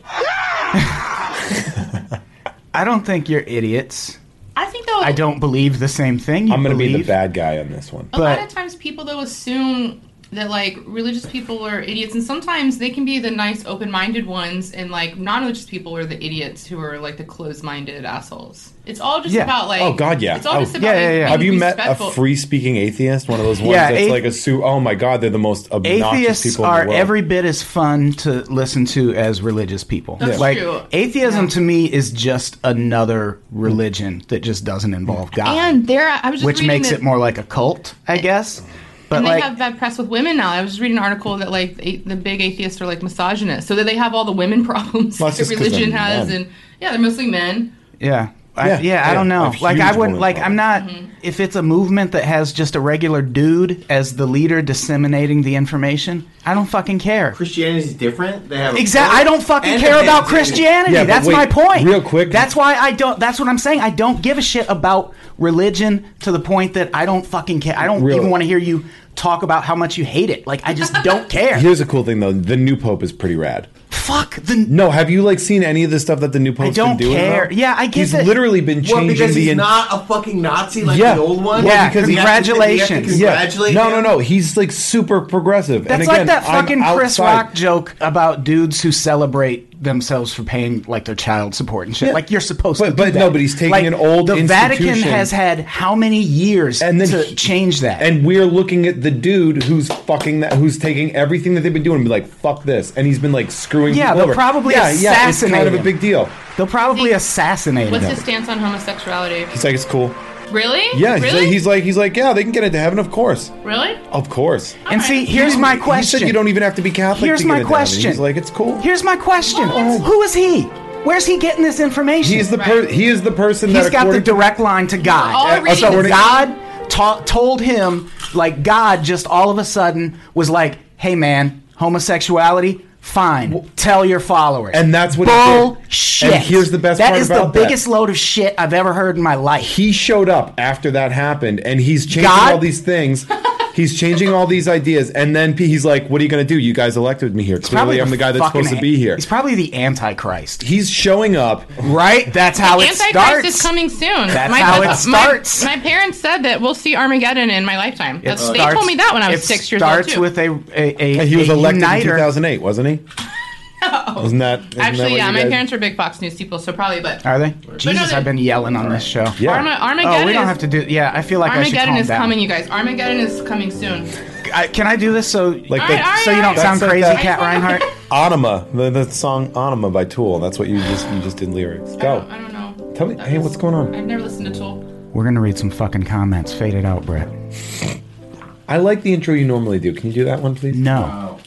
Speaker 1: I don't think you're idiots.
Speaker 4: I think though,
Speaker 1: I don't believe the same thing. You
Speaker 2: I'm gonna be the
Speaker 1: believe.
Speaker 2: bad guy on this one.
Speaker 4: A lot
Speaker 1: but-
Speaker 4: of times people though assume that like religious people are idiots, and sometimes they can be the nice, open-minded ones, and like non-religious people are the idiots who are like the closed-minded assholes. It's all just
Speaker 1: Yeah.
Speaker 4: about like
Speaker 2: Oh, God, yeah.
Speaker 4: It's all
Speaker 2: Oh,
Speaker 4: just about
Speaker 1: yeah,
Speaker 4: like,
Speaker 1: yeah, yeah.
Speaker 4: being
Speaker 2: Have you met a
Speaker 4: respectful.
Speaker 2: free speaking atheist? One of those ones
Speaker 1: Yeah,
Speaker 2: that's
Speaker 1: athe-
Speaker 2: like a su Oh my god, they're the most obnoxious
Speaker 1: Atheists
Speaker 2: people in
Speaker 1: are
Speaker 2: the world.
Speaker 1: every bit as fun to listen to as religious people.
Speaker 4: That's
Speaker 1: like
Speaker 4: true.
Speaker 1: atheism to me is just another religion that just doesn't involve God,
Speaker 4: And there, I was just
Speaker 1: which
Speaker 4: reading
Speaker 1: makes
Speaker 4: that-
Speaker 1: it more like a cult, I guess. But
Speaker 4: And they
Speaker 1: like,
Speaker 4: have bad press with women now. I was just reading an article that like the, the big atheists are like misogynists, so that they have all the women problems
Speaker 2: Well, that's
Speaker 4: that
Speaker 2: just 'cause
Speaker 4: religion
Speaker 2: they're
Speaker 4: has,
Speaker 2: men.
Speaker 4: and yeah, they're mostly men.
Speaker 1: Yeah. I,
Speaker 2: Yeah,
Speaker 1: yeah,
Speaker 2: yeah,
Speaker 1: I don't know.
Speaker 2: a
Speaker 1: Like I wouldn't
Speaker 2: huge woman
Speaker 1: like I'm
Speaker 2: problem.
Speaker 1: not
Speaker 4: Mm-hmm.
Speaker 1: if it's a movement that has just a regular dude as the leader disseminating the information, I don't fucking care.
Speaker 3: Christianity is different. They have a
Speaker 1: Exactly.
Speaker 3: cult
Speaker 1: I don't fucking
Speaker 3: and
Speaker 1: care
Speaker 3: a
Speaker 1: about
Speaker 3: Benedict.
Speaker 1: Christianity.
Speaker 2: Yeah, but
Speaker 1: that's
Speaker 2: wait,
Speaker 1: my point.
Speaker 2: real quick-
Speaker 1: That's why I don't that's what I'm saying. I don't give a shit about religion to the point that I don't fucking care. I don't
Speaker 2: Real-
Speaker 1: even want to hear you talk about how much you hate it. Like I just don't care.
Speaker 2: Here's a cool thing though: the new pope is pretty rad.
Speaker 1: fuck the
Speaker 2: No, have you like seen any of the stuff that the new
Speaker 1: I
Speaker 2: pope's
Speaker 1: don't
Speaker 2: been doing?
Speaker 1: care.
Speaker 2: though?
Speaker 1: Yeah, I get
Speaker 2: he's
Speaker 1: that-
Speaker 2: literally been
Speaker 3: Well,
Speaker 2: changing
Speaker 3: because
Speaker 2: the
Speaker 3: he's
Speaker 2: en-
Speaker 3: not a fucking Nazi like
Speaker 2: Yeah.
Speaker 3: the old one.
Speaker 1: Yeah, because
Speaker 3: because we have to- we have to
Speaker 1: congratulations.
Speaker 3: Congratulate.
Speaker 2: No, no,
Speaker 3: him?
Speaker 2: no. He's like super progressive.
Speaker 1: That's
Speaker 2: and
Speaker 1: like
Speaker 2: again,
Speaker 1: that
Speaker 2: I'm
Speaker 1: fucking Chris
Speaker 2: outside.
Speaker 1: Rock joke about dudes who celebrate themselves for paying like their child support and shit.
Speaker 2: Yeah.
Speaker 1: Like you're supposed
Speaker 2: But-
Speaker 1: to. do
Speaker 2: but
Speaker 1: that.
Speaker 2: no, but he's taking
Speaker 1: Like,
Speaker 2: an old
Speaker 1: The Vatican
Speaker 2: institution-
Speaker 1: has had how many years
Speaker 2: And then
Speaker 1: to
Speaker 2: he-
Speaker 1: change that?
Speaker 2: And we're looking at the dude who's fucking that, who's taking everything that they've been doing and be like, fuck this. And he's been like screwing
Speaker 1: Yeah,
Speaker 2: people
Speaker 1: they'll
Speaker 2: over.
Speaker 1: probably
Speaker 2: yeah, yeah, it's kind
Speaker 1: assassinate
Speaker 2: of a
Speaker 1: him.
Speaker 2: big deal.
Speaker 1: they'll probably assassinate
Speaker 4: What's
Speaker 1: him.
Speaker 4: his stance on homosexuality?
Speaker 2: He's like, it's cool.
Speaker 4: Really?
Speaker 2: Yeah, he's,
Speaker 4: Really?
Speaker 2: like, he's like, he's like, yeah, they can get into heaven, of course.
Speaker 4: really?
Speaker 1: "Oh,
Speaker 2: Of course.
Speaker 1: And see, here's my question.
Speaker 2: He said you don't even have to be Catholic
Speaker 1: Here's
Speaker 2: to get
Speaker 1: my
Speaker 2: into heaven.
Speaker 1: question.
Speaker 2: He's like, it's cool.
Speaker 1: Here's my question.
Speaker 4: What?
Speaker 1: Who is he? Where's he getting this information?
Speaker 2: He's the per- he is the person
Speaker 1: He's got
Speaker 2: that
Speaker 1: the
Speaker 2: according to-
Speaker 1: direct line to God.
Speaker 4: All
Speaker 1: Uh,
Speaker 4: reading-
Speaker 1: so God ta- told him, like God just all of a sudden was like, "Hey man, homosexuality, fine. Tell your followers."
Speaker 2: And that's what he did.
Speaker 1: bullshit.
Speaker 2: And here's the best
Speaker 1: That
Speaker 2: part
Speaker 1: is
Speaker 2: about
Speaker 1: the
Speaker 2: that.
Speaker 1: biggest load of shit I've ever heard in my life.
Speaker 2: he showed up after that happened and he's changing
Speaker 1: God?
Speaker 2: all these things he's changing all these ideas and then P- he's like what are you going to do you guys elected me here clearly i'm the guy that's
Speaker 1: fucking
Speaker 2: supposed to
Speaker 1: a-
Speaker 2: be here
Speaker 1: He's probably the Antichrist,
Speaker 2: he's showing up
Speaker 1: right? That's how it
Speaker 4: Antichrist
Speaker 1: starts.
Speaker 4: is coming soon.
Speaker 1: That's how it starts.
Speaker 4: My, my parents said that we'll see Armageddon in my lifetime.
Speaker 1: It
Speaker 4: That's, they told me that when I was
Speaker 1: it
Speaker 4: six years
Speaker 1: starts
Speaker 4: old too.
Speaker 1: with a a, a,
Speaker 2: and he was
Speaker 1: a
Speaker 2: elected
Speaker 1: uniter.
Speaker 2: in 2008 wasn't he no isn't that isn't that
Speaker 4: Actually,
Speaker 2: what
Speaker 4: yeah,
Speaker 2: you
Speaker 4: my
Speaker 2: guys-
Speaker 4: parents were big Fox News people, so probably. But
Speaker 1: Are they? Jesus,
Speaker 4: they-
Speaker 1: I've been yelling on this show.
Speaker 2: yeah.
Speaker 4: Arma- Armageddon
Speaker 1: Oh, we don't
Speaker 4: is,
Speaker 1: have to do. Yeah, I feel like I should
Speaker 4: Armageddon
Speaker 1: calm
Speaker 4: is
Speaker 1: down.
Speaker 4: coming, you guys. Armageddon is coming soon.
Speaker 1: I, can I do this so like
Speaker 2: All right,
Speaker 4: all right,
Speaker 1: so you
Speaker 4: all
Speaker 1: don't
Speaker 4: right.
Speaker 1: sound
Speaker 2: That's like
Speaker 1: crazy,
Speaker 2: that-
Speaker 1: Cat Reinhardt?
Speaker 2: anima the, the song anima by tool that's what you just you just did lyrics
Speaker 4: I
Speaker 2: go
Speaker 4: don't, I don't know.
Speaker 2: tell me hey what's going on
Speaker 4: I've never listened to Tool.
Speaker 1: We're gonna read some fucking comments. Fade it out, Brett.
Speaker 2: i like the intro you normally do can you do that one please
Speaker 1: No.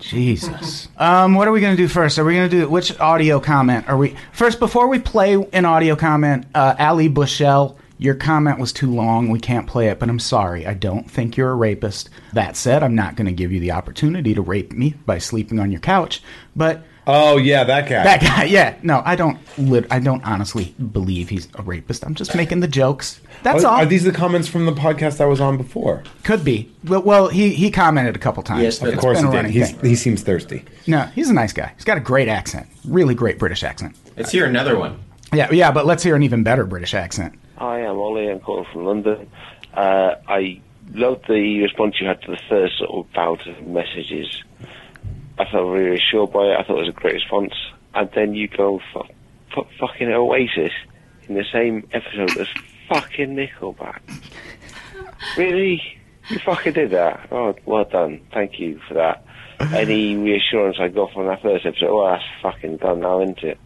Speaker 1: Jesus. Um, what are we gonna do first? Are we gonna do which audio comment are we first? Before we play an audio comment, uh, Ali Bushell, your comment was too long. We can't play it, but I'm sorry. I don't think you're a rapist. That said, I'm not gonna give you the opportunity to rape me by sleeping on your couch. But
Speaker 2: oh yeah that guy
Speaker 1: That guy, yeah. No, I don't. Lit- I don't honestly believe he's a rapist. I'm just making the jokes. That's
Speaker 2: are,
Speaker 1: all.
Speaker 2: are these the comments from the podcast i was on before
Speaker 1: Could be. But well, he he commented a couple times.
Speaker 3: Yes,
Speaker 1: Like,
Speaker 3: of
Speaker 1: it's
Speaker 2: of course
Speaker 1: been a
Speaker 2: he did
Speaker 1: running
Speaker 2: He's,
Speaker 1: thing.
Speaker 2: he seems thirsty
Speaker 1: No, he's a nice guy. He's got a great accent. Really great British accent.
Speaker 3: Let's hear another one.
Speaker 1: Yeah, yeah. But let's hear an even better British accent.
Speaker 6: Hi, I'm Ollie. I'm calling from London. Uh, I loved the response you had to the first sort of bout of messages. I felt really reassured by it. I thought it was a great response. And then you go and fu- put fucking Oasis in the same episode as fucking Nickelback. Really? You fucking did that? Oh, well done. Thank you for that. Any reassurance I got from that first episode, well, that's fucking done now, isn't it?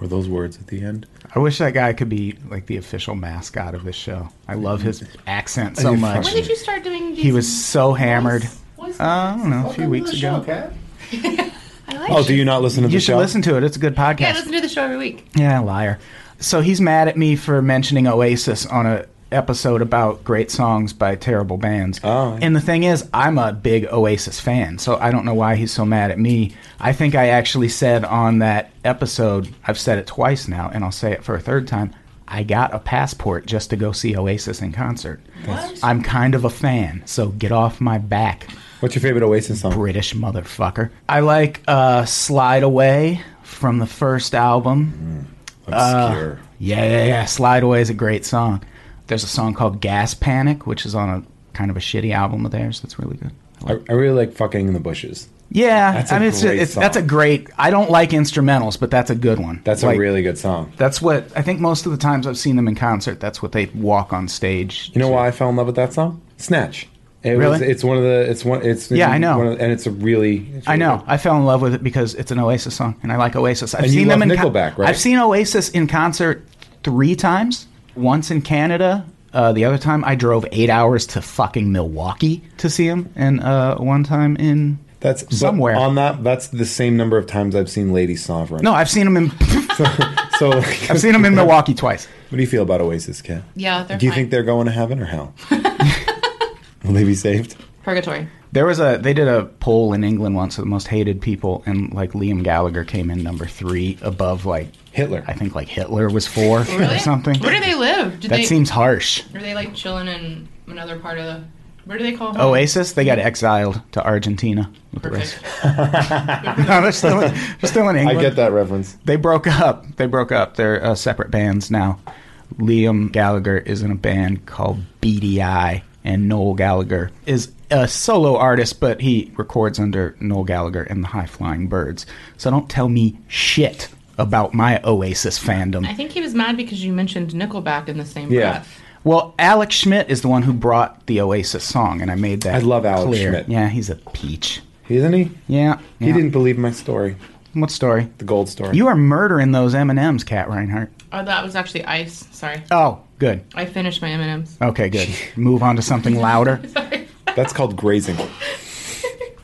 Speaker 2: Were those words at the end?
Speaker 1: I wish that guy could be like the official mascot of this show. I love his accent so much.
Speaker 4: When did you start doing? These
Speaker 1: He was so hammered.
Speaker 4: voice-
Speaker 1: Uh, I don't know, a few weeks ago.
Speaker 4: I like
Speaker 2: Oh,
Speaker 4: oh,
Speaker 2: do you not listen to the
Speaker 1: You should
Speaker 2: show?
Speaker 1: listen to it. It's a good podcast.
Speaker 4: Yeah, I listen to the show every week.
Speaker 1: Yeah, liar. So he's mad at me for mentioning Oasis on a episode about great songs by terrible bands.
Speaker 2: Oh, yeah.
Speaker 1: And the thing is, I'm a big Oasis fan, so I don't know why he's so mad at me. I think I actually said on that episode, I've said it twice now, and I'll say it for a third time. I got a passport just to go see Oasis in concert. I'm kind of a fan, so get off my back.
Speaker 2: What's your favorite Oasis song?
Speaker 1: British motherfucker. I like uh, Slide Away from the first album.
Speaker 2: Obscure.
Speaker 1: Yeah, yeah, yeah. Slide Away is a great song. There's a song called Gas Panic, which is on a kind of a shitty album of theirs. That's really good.
Speaker 2: I, I really like "Fucking in the Bushes."
Speaker 1: Yeah,
Speaker 2: That's
Speaker 1: I
Speaker 2: a
Speaker 1: mean, it's,
Speaker 2: great
Speaker 1: it's that's a
Speaker 2: song.
Speaker 1: great. I don't like instrumentals, but that's a good one.
Speaker 2: That's
Speaker 1: Like,
Speaker 2: a really good song.
Speaker 1: That's what I think. Most of the times I've seen them in concert, that's what they walk on stage.
Speaker 2: You know why I fell in love with that song? Snatch. It was,
Speaker 1: Really?
Speaker 2: it's one of the. It's one. It's
Speaker 1: Yeah, I know.
Speaker 2: one of the- and it's a really. it's
Speaker 1: I
Speaker 2: really
Speaker 1: know.
Speaker 2: good.
Speaker 1: I fell in love with it because it's an Oasis song, and I like Oasis. I've
Speaker 2: And you
Speaker 1: seen them
Speaker 2: love
Speaker 1: in con-
Speaker 2: Nickelback, right?
Speaker 1: I've seen Oasis in concert three times. Once in Canada. Uh, the other time I drove eight hours to fucking Milwaukee to see him, and uh, one time in
Speaker 2: That's but
Speaker 1: Somewhere.
Speaker 2: on that. That's the same number of times I've seen Lady Sovereign.
Speaker 1: No, I've seen him in
Speaker 2: So like,
Speaker 1: I've seen him in Milwaukee twice.
Speaker 2: what do you feel about Oasis, Kat?
Speaker 4: Yeah, they're
Speaker 2: Do you
Speaker 4: fine.
Speaker 2: think they're going to heaven or hell? Will they be saved?
Speaker 4: purgatory?
Speaker 1: There was a they did a poll in England once of the most hated people, and like Liam Gallagher came in number three above like
Speaker 2: Hitler.
Speaker 1: I think like Hitler was four
Speaker 4: Really?
Speaker 1: or something.
Speaker 4: Where do they live? Did
Speaker 1: that
Speaker 4: they,
Speaker 1: seems harsh.
Speaker 4: Are they like chilling in another part of the? Where do they
Speaker 1: Oh,
Speaker 4: call
Speaker 2: Oh.
Speaker 4: home?
Speaker 1: Oasis, they got exiled to Argentina with the rest. no, they're still, in, they're still in England.
Speaker 2: I get that reference.
Speaker 1: They broke up. They broke up. They're uh, separate bands now. Liam Gallagher is in a band called BDI, and Noel Gallagher is a solo artist, but he records under Noel Gallagher and the High Flying Birds. So don't tell me shit about my Oasis fandom.
Speaker 4: I think he was mad because you mentioned Nickelback in the same
Speaker 1: Yeah.
Speaker 4: breath.
Speaker 1: Well, Alex Schmidt is the one who brought the Oasis song, and I made that.
Speaker 2: I love Alex
Speaker 1: clear.
Speaker 2: Schmidt.
Speaker 1: Yeah, he's a peach.
Speaker 2: Isn't he?
Speaker 1: Yeah,
Speaker 2: He didn't believe my story.
Speaker 1: What story?
Speaker 2: The gold story.
Speaker 1: You are murdering those M and M's, Cat Reinhardt.
Speaker 4: Oh, that was actually ice. Sorry.
Speaker 1: Oh, good.
Speaker 4: I finished my M&Ms.
Speaker 1: Okay, good. Move on to something louder.
Speaker 2: That's called grazing.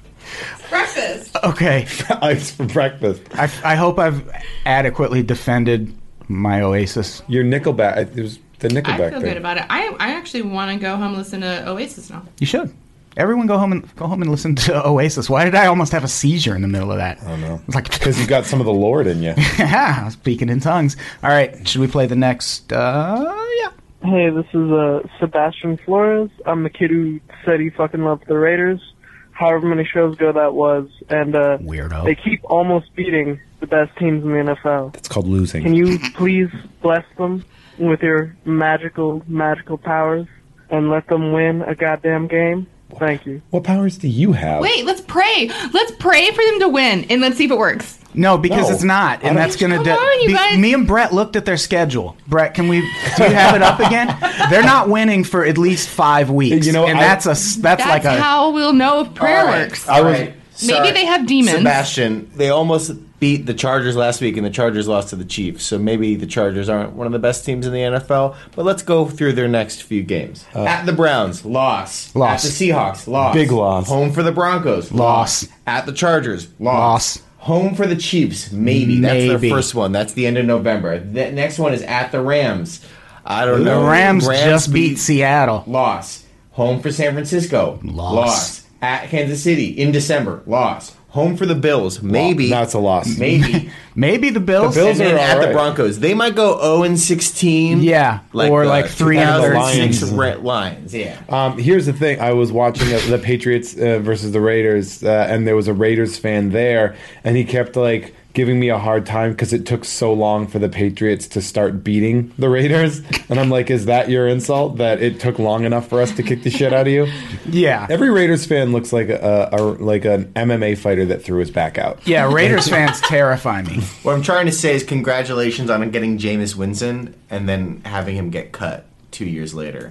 Speaker 4: Breakfast.
Speaker 1: Okay.
Speaker 2: Ice for breakfast.
Speaker 1: I, I hope I've adequately defended my Oasis.
Speaker 2: Your Nickelback. It was the
Speaker 4: I
Speaker 2: Nickelback
Speaker 4: feel
Speaker 2: thing.
Speaker 4: good about it. I I actually want to go home and listen to Oasis now.
Speaker 1: You should. Everyone go home and go home and listen to Oasis. Why did I almost have a seizure in the middle of that? I don't know. It's like
Speaker 2: Because you got some of the Lord in you.
Speaker 1: I was speaking in tongues. All right, should we play the next? Uh, yeah.
Speaker 8: Hey, this is uh, Sebastian Flores. I'm the kid who said he fucking loved the Raiders, however many shows ago that was, and uh,
Speaker 1: Weirdo.
Speaker 8: they keep almost beating the best teams in the NFL.
Speaker 2: It's called losing.
Speaker 8: Can you please bless them with your magical, magical powers and let them win a goddamn game? Thank you.
Speaker 2: What powers do you have?
Speaker 4: Wait, let's pray. Let's pray for them to win, and let's see if it works.
Speaker 1: No, because
Speaker 2: No.
Speaker 1: it's not,
Speaker 2: I
Speaker 1: and
Speaker 2: don't-
Speaker 1: that's going to.
Speaker 4: Come on, you guys.
Speaker 1: Me and Brett looked at their schedule. Brett, can we? Do you have it up again? They're not winning for at least five weeks.
Speaker 2: You know,
Speaker 1: and
Speaker 2: I-
Speaker 1: that's a s- that's,
Speaker 4: That's
Speaker 1: like a.
Speaker 4: how we'll know if prayer
Speaker 3: All right.
Speaker 4: works.
Speaker 2: I was.
Speaker 4: Maybe they have demons.
Speaker 3: Sebastian, they almost beat the Chargers last week, and the Chargers lost to the Chiefs. So maybe the Chargers aren't one of the best teams in the NFL. But let's go through their next few games. At the Browns, loss.
Speaker 1: Loss.
Speaker 3: At the Seahawks, loss.
Speaker 2: Big loss.
Speaker 3: Home for the Broncos,
Speaker 1: Loss.
Speaker 3: At the Chargers, loss.
Speaker 1: Loss.
Speaker 3: Home for the Chiefs, maybe. That's
Speaker 1: Maybe.
Speaker 3: their first one. That's the end of November. The next one is at the Rams. I don't
Speaker 1: The
Speaker 3: know.
Speaker 1: Rams, just beat Seattle.
Speaker 3: Loss. Home for San Francisco.
Speaker 1: Loss.
Speaker 3: At Kansas City in December. Loss. Home for the Bills. Maybe.
Speaker 2: That's a loss.
Speaker 3: Maybe.
Speaker 1: Maybe the Bills.
Speaker 2: The Bills
Speaker 3: and then
Speaker 2: are
Speaker 3: at
Speaker 2: all
Speaker 3: the
Speaker 2: right.
Speaker 3: Broncos. They might go 0 and uh, 16.
Speaker 1: Yeah, or
Speaker 3: the
Speaker 1: like three and
Speaker 2: the Lions.
Speaker 3: 2006 Re- Lions. Yeah.
Speaker 2: Um, here's the thing: I was watching the, the Patriots uh, versus the Raiders, uh, and there was a Raiders fan there, and he kept like giving me a hard time because it took so long for the Patriots to start beating the Raiders, and I'm like, is that your insult that it took long enough for us to kick the shit out of you?
Speaker 1: Yeah.
Speaker 2: Every Raiders fan looks like a, a like an MMA fighter that threw his back out.
Speaker 1: yeah, Raiders fans terrify me.
Speaker 3: What I'm trying to say is congratulations on getting Jameis Winston and then having him get cut two years later.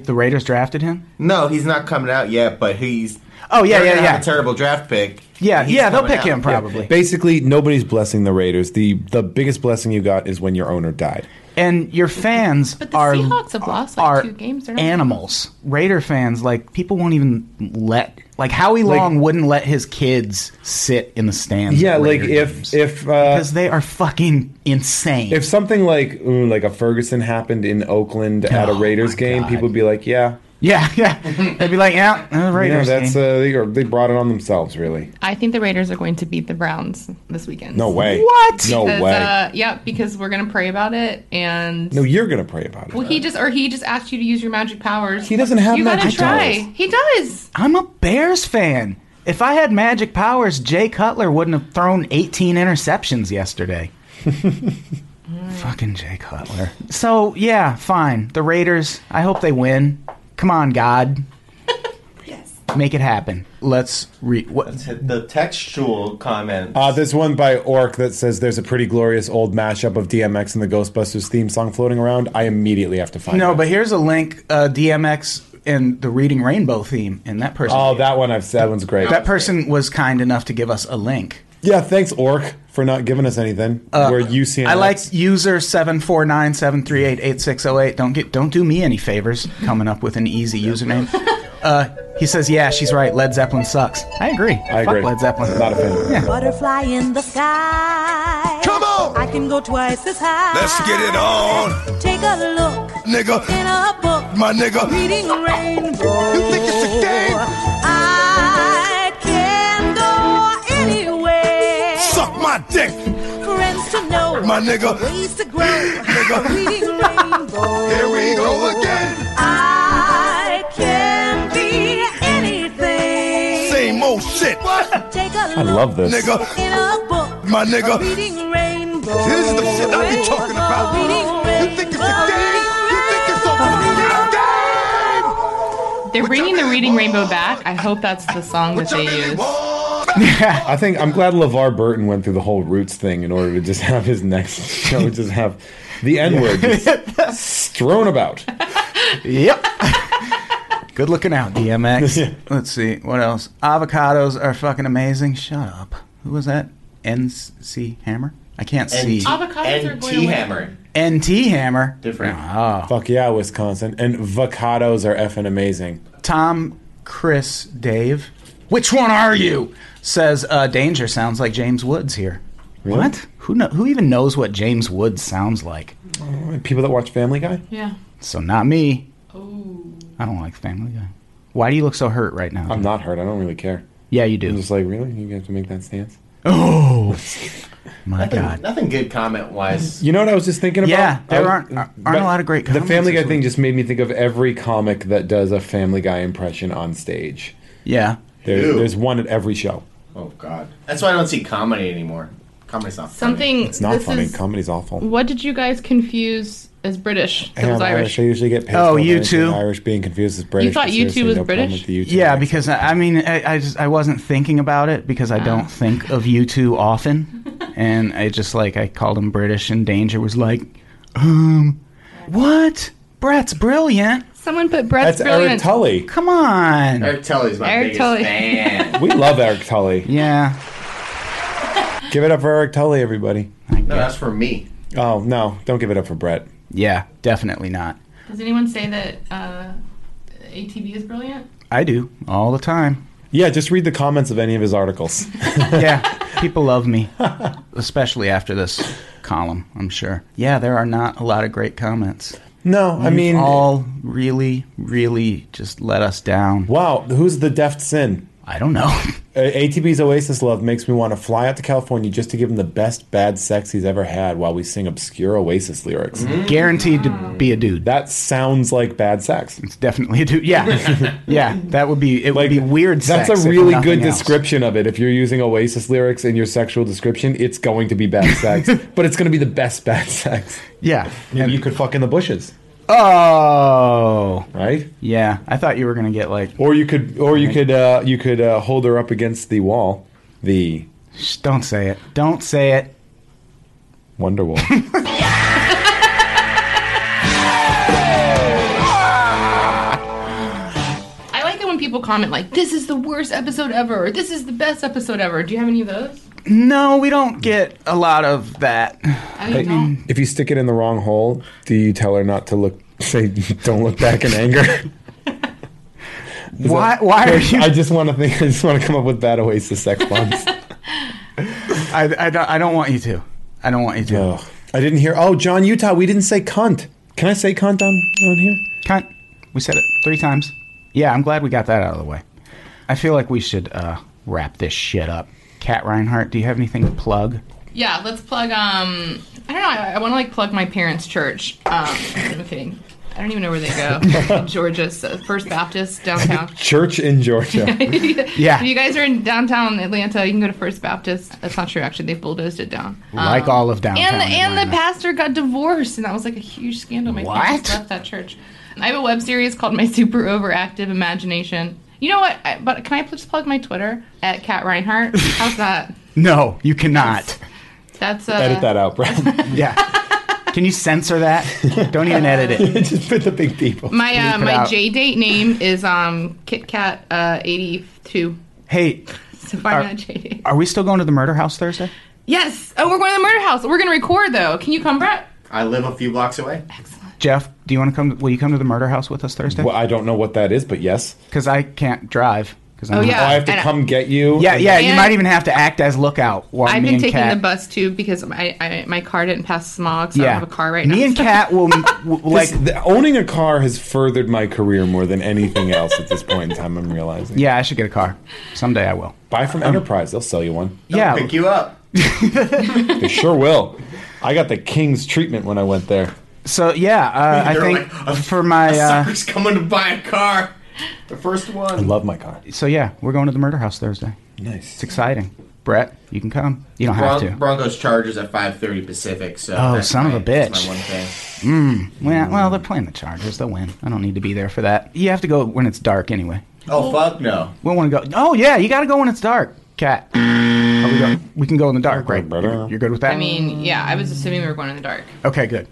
Speaker 1: The Raiders drafted him.
Speaker 3: no, he's not coming out yet, but he's.
Speaker 1: Oh, yeah,
Speaker 3: they're
Speaker 1: yeah,
Speaker 3: gonna have
Speaker 1: yeah.
Speaker 3: A terrible draft pick.
Speaker 1: Yeah,
Speaker 3: He's
Speaker 1: yeah, they'll
Speaker 3: coming
Speaker 1: pick
Speaker 3: out.
Speaker 1: him probably.
Speaker 2: Basically, nobody's blessing the Raiders. the The biggest blessing you got is when your owner died.
Speaker 1: And your fans
Speaker 4: But the
Speaker 1: are
Speaker 4: Seahawks have lost, like,
Speaker 1: are
Speaker 4: two games. They're not-
Speaker 1: animals. Raider fans like people won't even let like Howie Long wouldn't let his kids sit in the stands.
Speaker 2: Yeah,
Speaker 1: at
Speaker 2: like
Speaker 1: Raider
Speaker 2: if
Speaker 1: games.
Speaker 2: if uh,
Speaker 1: because they are fucking insane.
Speaker 2: If something like ooh, like a Ferguson happened in Oakland at a
Speaker 1: Oh,
Speaker 2: Raiders
Speaker 1: my
Speaker 2: game,
Speaker 1: God.
Speaker 2: people would be like, "Yeah,
Speaker 1: yeah, yeah, they'd be like, yeah, uh,
Speaker 2: yeah,
Speaker 1: Raiders.
Speaker 2: that's
Speaker 1: game.
Speaker 2: uh, they, are- they brought it on themselves, really."
Speaker 4: I think the Raiders are going to beat the Browns this weekend.
Speaker 2: No way.
Speaker 1: What?
Speaker 2: No
Speaker 4: Because,
Speaker 2: way.
Speaker 4: Uh, yeah, because we're gonna pray about it, and
Speaker 2: no, you're gonna pray about it.
Speaker 4: well, he just or he just asked you to use your magic powers.
Speaker 2: He doesn't have
Speaker 4: you
Speaker 2: magic
Speaker 4: gotta try.
Speaker 2: powers.
Speaker 4: He does.
Speaker 1: I'm a Bears fan. If I had magic powers, Jay Cutler wouldn't have thrown 18 interceptions yesterday. Fucking Jay Cutler. So, yeah, fine. The Raiders, I hope they win. Come on, God. yes. Make it happen. Let's read. What?
Speaker 3: The textual comment.
Speaker 2: uh, there's one by Orc that says there's a pretty glorious old mashup of DMX and the Ghostbusters theme song floating around. I immediately have to find.
Speaker 1: No,
Speaker 2: it.
Speaker 1: but here's a link uh, DMX and the Reading Rainbow theme. And that person.
Speaker 2: oh, that one I've that one's great.
Speaker 1: That person was kind enough to give us a link.
Speaker 2: yeah, thanks Orc for not giving us anything. We're UCN.
Speaker 1: Uh, I like user seven four nine seven three eight eight six zero eight. Don't get don't do me any favors coming up with an easy username. Uh, he says, "Yeah, she's right. Led Zeppelin sucks." I agree.
Speaker 2: I agree.
Speaker 1: Fuck Led Zeppelin.
Speaker 2: Not a fan.
Speaker 10: Butterfly in the sky.
Speaker 5: Come on!
Speaker 10: I can go twice as high.
Speaker 5: Let's get it on,
Speaker 10: Take a look
Speaker 5: nigga.
Speaker 10: in a book.
Speaker 5: My nigga.
Speaker 10: Reading a rainbow.
Speaker 5: You think it's a game?
Speaker 10: I can go anywhere.
Speaker 5: Suck my dick,
Speaker 10: Friends to know.
Speaker 5: my nigga.
Speaker 10: Ways to grow.
Speaker 5: Nigga.
Speaker 10: Reading a rainbow.
Speaker 5: Here we go again.
Speaker 10: I can be
Speaker 5: same old shit.
Speaker 10: Take a
Speaker 5: I love this.
Speaker 10: look In a book,
Speaker 5: My nigga.
Speaker 10: reading rainbow.
Speaker 5: This is the shit I be talking about. You think it's a game? You think it's a fucking game?
Speaker 4: They're bringing the Reading Rainbow back. I hope that's the song that they use.
Speaker 2: I think I'm glad LeVar Burton went through the whole Roots thing in order to just have his next show just have the N word just strewn about.
Speaker 1: Yep. Good looking out, DMX. Let's see what else. Avocados are fucking amazing. Shut up. Who was that? NC Hammer. I can't see.
Speaker 4: Avocados are going away.
Speaker 1: NT Hammer.
Speaker 2: Different.
Speaker 1: Oh,
Speaker 2: Fuck yeah, Wisconsin. And avocados are effing amazing.
Speaker 1: Tom, Chris, Dave. Which one are you? Says uh, Danger sounds like James Woods here.
Speaker 2: Really?
Speaker 1: What? Who know, Who even knows what James Woods sounds like?
Speaker 2: people that watch Family Guy.
Speaker 4: Yeah.
Speaker 1: So not me. I don't like Family Guy. Why do you look so hurt right now?
Speaker 2: I'm not hurt. I don't really care.
Speaker 1: Yeah, you do.
Speaker 2: I'm just like, really? You have to make that stance?
Speaker 1: Oh, my
Speaker 3: nothing,
Speaker 1: God.
Speaker 3: Nothing good comment wise.
Speaker 2: You know what I was just thinking about?
Speaker 3: Yeah,
Speaker 1: there
Speaker 2: I was-
Speaker 1: aren't- uh, aren't
Speaker 2: but
Speaker 1: a lot of great
Speaker 2: The
Speaker 1: comics
Speaker 2: Family Guy
Speaker 1: this
Speaker 2: thing just made me think of every comic that does a Family Guy impression on stage.
Speaker 1: Yeah.
Speaker 2: There,
Speaker 3: Ew.
Speaker 2: there's one at every show.
Speaker 3: Oh God, that's why I don't see comedy anymore. Comedy's not. funny.
Speaker 4: Something.
Speaker 2: It's not
Speaker 4: this
Speaker 2: funny.
Speaker 4: is-
Speaker 2: Comedy's awful.
Speaker 4: what did you guys confuse as British that
Speaker 2: Hang
Speaker 4: was
Speaker 2: on,
Speaker 4: Irish?
Speaker 2: I usually get pissed
Speaker 1: Oh,
Speaker 2: off
Speaker 1: you
Speaker 2: when I say
Speaker 1: too?
Speaker 2: Irish being confused as British.
Speaker 4: thought
Speaker 2: but
Speaker 4: you too
Speaker 2: seriously,
Speaker 4: was
Speaker 2: no problem
Speaker 4: British?
Speaker 2: with the you too.
Speaker 1: Yeah, because I, I mean, I, I just I wasn't thinking about it because I don't think of you two often, and I just like I called him British, and Danger was like, um, what? Brett's brilliant.
Speaker 4: Someone put Brett's brilliant.
Speaker 2: Tully.
Speaker 1: Come on.
Speaker 3: Eric Tully's my
Speaker 4: Eric
Speaker 3: biggest
Speaker 4: Tully.
Speaker 3: fan.
Speaker 2: we love Eric Tully.
Speaker 1: Yeah.
Speaker 2: Give it up for Eric Tully, everybody.
Speaker 3: No, that's for me.
Speaker 2: Oh no, don't give it up for Brett.
Speaker 1: Yeah, definitely not.
Speaker 4: Does anyone say that uh, ATV is brilliant?
Speaker 1: I do all the time.
Speaker 2: Yeah, just read the comments of any of his articles.
Speaker 1: yeah, people love me, especially after this column. I'm sure. Yeah, there are not a lot of great comments.
Speaker 2: No, I
Speaker 1: You've
Speaker 2: mean,
Speaker 1: all really, really just let us down.
Speaker 2: wow, who's the deft sin?
Speaker 1: I don't know.
Speaker 2: Uh, ATB's Oasis Love makes me want to fly out to California just to give him the best bad sex he's ever had while we sing obscure Oasis lyrics.
Speaker 1: Guaranteed to be a dude.
Speaker 2: That sounds like bad sex.
Speaker 1: It's definitely a dude. Yeah, yeah. That would be. It would be weird.
Speaker 2: That's
Speaker 1: sex, if
Speaker 2: a really
Speaker 1: nothing
Speaker 2: good
Speaker 1: else.
Speaker 2: description of it. If you're using Oasis lyrics in your sexual description, it's going to be bad sex, but it's going to be the best bad sex.
Speaker 1: Yeah.
Speaker 2: Maybe you could fuck in the bushes,
Speaker 1: Oh.
Speaker 2: right?
Speaker 1: Yeah. I thought you were gonna get like.
Speaker 2: Or you could, or you could, uh, you could uh, hold her up against the wall, the
Speaker 1: Shh, don't say it. Don't say it.
Speaker 2: Wonder wall.
Speaker 4: I like it when people comment like, "This is the worst episode ever," or "This is the best episode ever." Do you have any of those?
Speaker 1: No, we don't get a lot of that.
Speaker 4: I don't.
Speaker 2: if you stick it in the wrong hole, do you tell her not to look? Say, don't look back in anger. Is
Speaker 1: Why?
Speaker 2: that-
Speaker 1: Why are you?
Speaker 2: I just want to think. I just want to come up with bad Oasis sex bombs.
Speaker 1: I, I, don't, I don't want you to. I don't want you to.
Speaker 2: Ugh. I didn't hear. Oh, John Utah, we didn't say cunt. Can I say cunt on on here?
Speaker 1: Cunt. We said it three times. Yeah, I'm glad we got that out of the way. I feel like we should uh, wrap this shit up. Kat Reinhardt, do you have anything to plug?
Speaker 4: Yeah, let's plug. Um, I don't know. I, I want to like plug my parents' church. Um, I'm kidding. I don't even know where they go. Georgia, so First Baptist downtown.
Speaker 2: Church in Georgia.
Speaker 1: Yeah.
Speaker 4: If you guys are in downtown Atlanta, you can go to First Baptist. That's not true. Actually, they've bulldozed it down.
Speaker 1: Like all of downtown.
Speaker 4: Um, and the, and the
Speaker 1: Atlanta.
Speaker 4: pastor got divorced, and that was like a huge scandal. My
Speaker 1: What?
Speaker 4: parents left that church. I have a web series called My Super Overactive Imagination. You know what? I, but can I just plug my Twitter at Kat Reinhardt? How's that?
Speaker 1: No, you cannot.
Speaker 4: That's uh,
Speaker 2: Edit that out, Brad.
Speaker 1: Yeah. Can you censor that? Don't even edit it.
Speaker 2: just put the big people.
Speaker 4: my uh,
Speaker 1: Bleep it
Speaker 4: my
Speaker 1: out.
Speaker 4: J date name is um KitKat uh, eighty two.
Speaker 1: Hey,
Speaker 4: So find me on J date.
Speaker 1: are we still going to the murder house Thursday?
Speaker 4: Yes. Oh, we're going to the murder house. We're going to record though. Can you come, Brett?
Speaker 3: I live a few blocks away.
Speaker 1: Jeff, do you want to come? Will you come to the murder house with us Thursday?
Speaker 2: Well, I don't know what that is, but yes.
Speaker 1: Because I can't drive. Cause I'm
Speaker 4: Oh,
Speaker 1: not-
Speaker 4: yeah.
Speaker 2: Oh, I have to
Speaker 4: and I-
Speaker 2: come get you.
Speaker 1: Yeah,
Speaker 2: and-
Speaker 1: yeah. You
Speaker 4: And-
Speaker 1: might even have to act as lookout while
Speaker 4: I've
Speaker 1: me
Speaker 4: been
Speaker 1: and
Speaker 4: taking
Speaker 1: Kat-
Speaker 4: the bus too because I, I my car didn't pass smog, so I don't have a car right now.
Speaker 1: Me and Kat will, will like.
Speaker 2: Like the, owning a car has furthered my career more than anything else at this point in time. I'm realizing.
Speaker 1: Yeah, Um, I should get a car someday. I will.
Speaker 2: Buy from Enterprise; they'll sell you one.
Speaker 3: They'll
Speaker 1: yeah,
Speaker 3: pick you up.
Speaker 2: They sure will. I got the king's treatment when I went there.
Speaker 1: so yeah, uh, I
Speaker 3: They're
Speaker 1: think
Speaker 3: like, "A-
Speaker 1: for my
Speaker 3: a
Speaker 1: uh,
Speaker 3: sucker's coming to buy a car.
Speaker 11: The first one.
Speaker 1: I love my car. So yeah, we're going to the murder house Thursday. Nice. It's exciting. Brett, you can come. You don't have
Speaker 3: Bron-
Speaker 1: to.
Speaker 3: Broncos Chargers at 5:30 Pacific. So
Speaker 1: Oh,
Speaker 3: that's
Speaker 1: son of
Speaker 3: my-
Speaker 1: a
Speaker 3: that's
Speaker 1: bitch.
Speaker 3: my one thing.
Speaker 1: Mm. Well, well, they're playing the Chargers. They'll win. I don't need to be there for that. You have to go when it's dark anyway.
Speaker 3: Oh fuck no.
Speaker 1: We want to go. Oh yeah, you got to go when it's dark. Cat. Oh, we, go- we can go in the dark, right? You're, you're good with that.
Speaker 4: I mean, yeah, I was assuming we were going in the dark.
Speaker 1: Okay, good.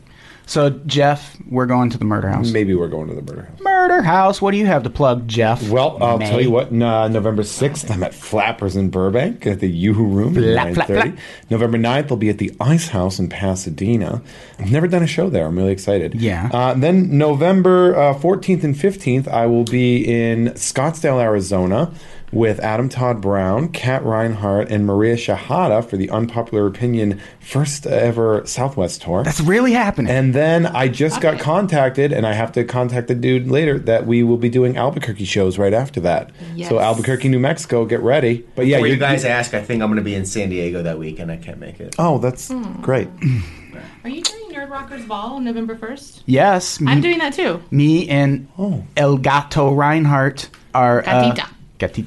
Speaker 1: So Jeff, we're going to the murder house.
Speaker 2: Maybe we're going to the murder house.
Speaker 1: Murder house. What do you have to plug, Jeff?
Speaker 2: Well, I'll
Speaker 1: May.
Speaker 2: tell you what. Uh, November 6th, I'm at Flappers in Burbank at the Yoo-Hoo Room
Speaker 1: Flap,
Speaker 2: at
Speaker 1: flap,
Speaker 2: 9.30.
Speaker 1: flap.
Speaker 2: November 9th, I'll be at the Ice House in Pasadena. I've never done a show there. I'm really excited. Yeah. Uh, then November uh, 14th and 15th, I will be in Scottsdale, Arizona with Adam Todd Brown, Kat Reinhardt, and Maria Shahada for the Unpopular Opinion first ever Southwest tour. That's
Speaker 1: really happening.
Speaker 2: And then I just got contacted, and I have to contact the dude later that we will be doing Albuquerque shows right after that.
Speaker 3: Yes.
Speaker 2: So Albuquerque, New Mexico, get ready. But yeah,
Speaker 3: Before you
Speaker 2: you're-
Speaker 3: guys ask, I think I'm going to be in San Diego that week, and I can't make it.
Speaker 2: Oh, that's
Speaker 4: Hmm.
Speaker 2: great.
Speaker 4: Are you doing Nerd Rockers Ball on November 1st?
Speaker 1: Yes,
Speaker 4: I'm doing that too.
Speaker 1: Me and
Speaker 2: Oh.
Speaker 1: El Gato Reinhardt are.
Speaker 4: Gatita.
Speaker 1: Uh, Gatita.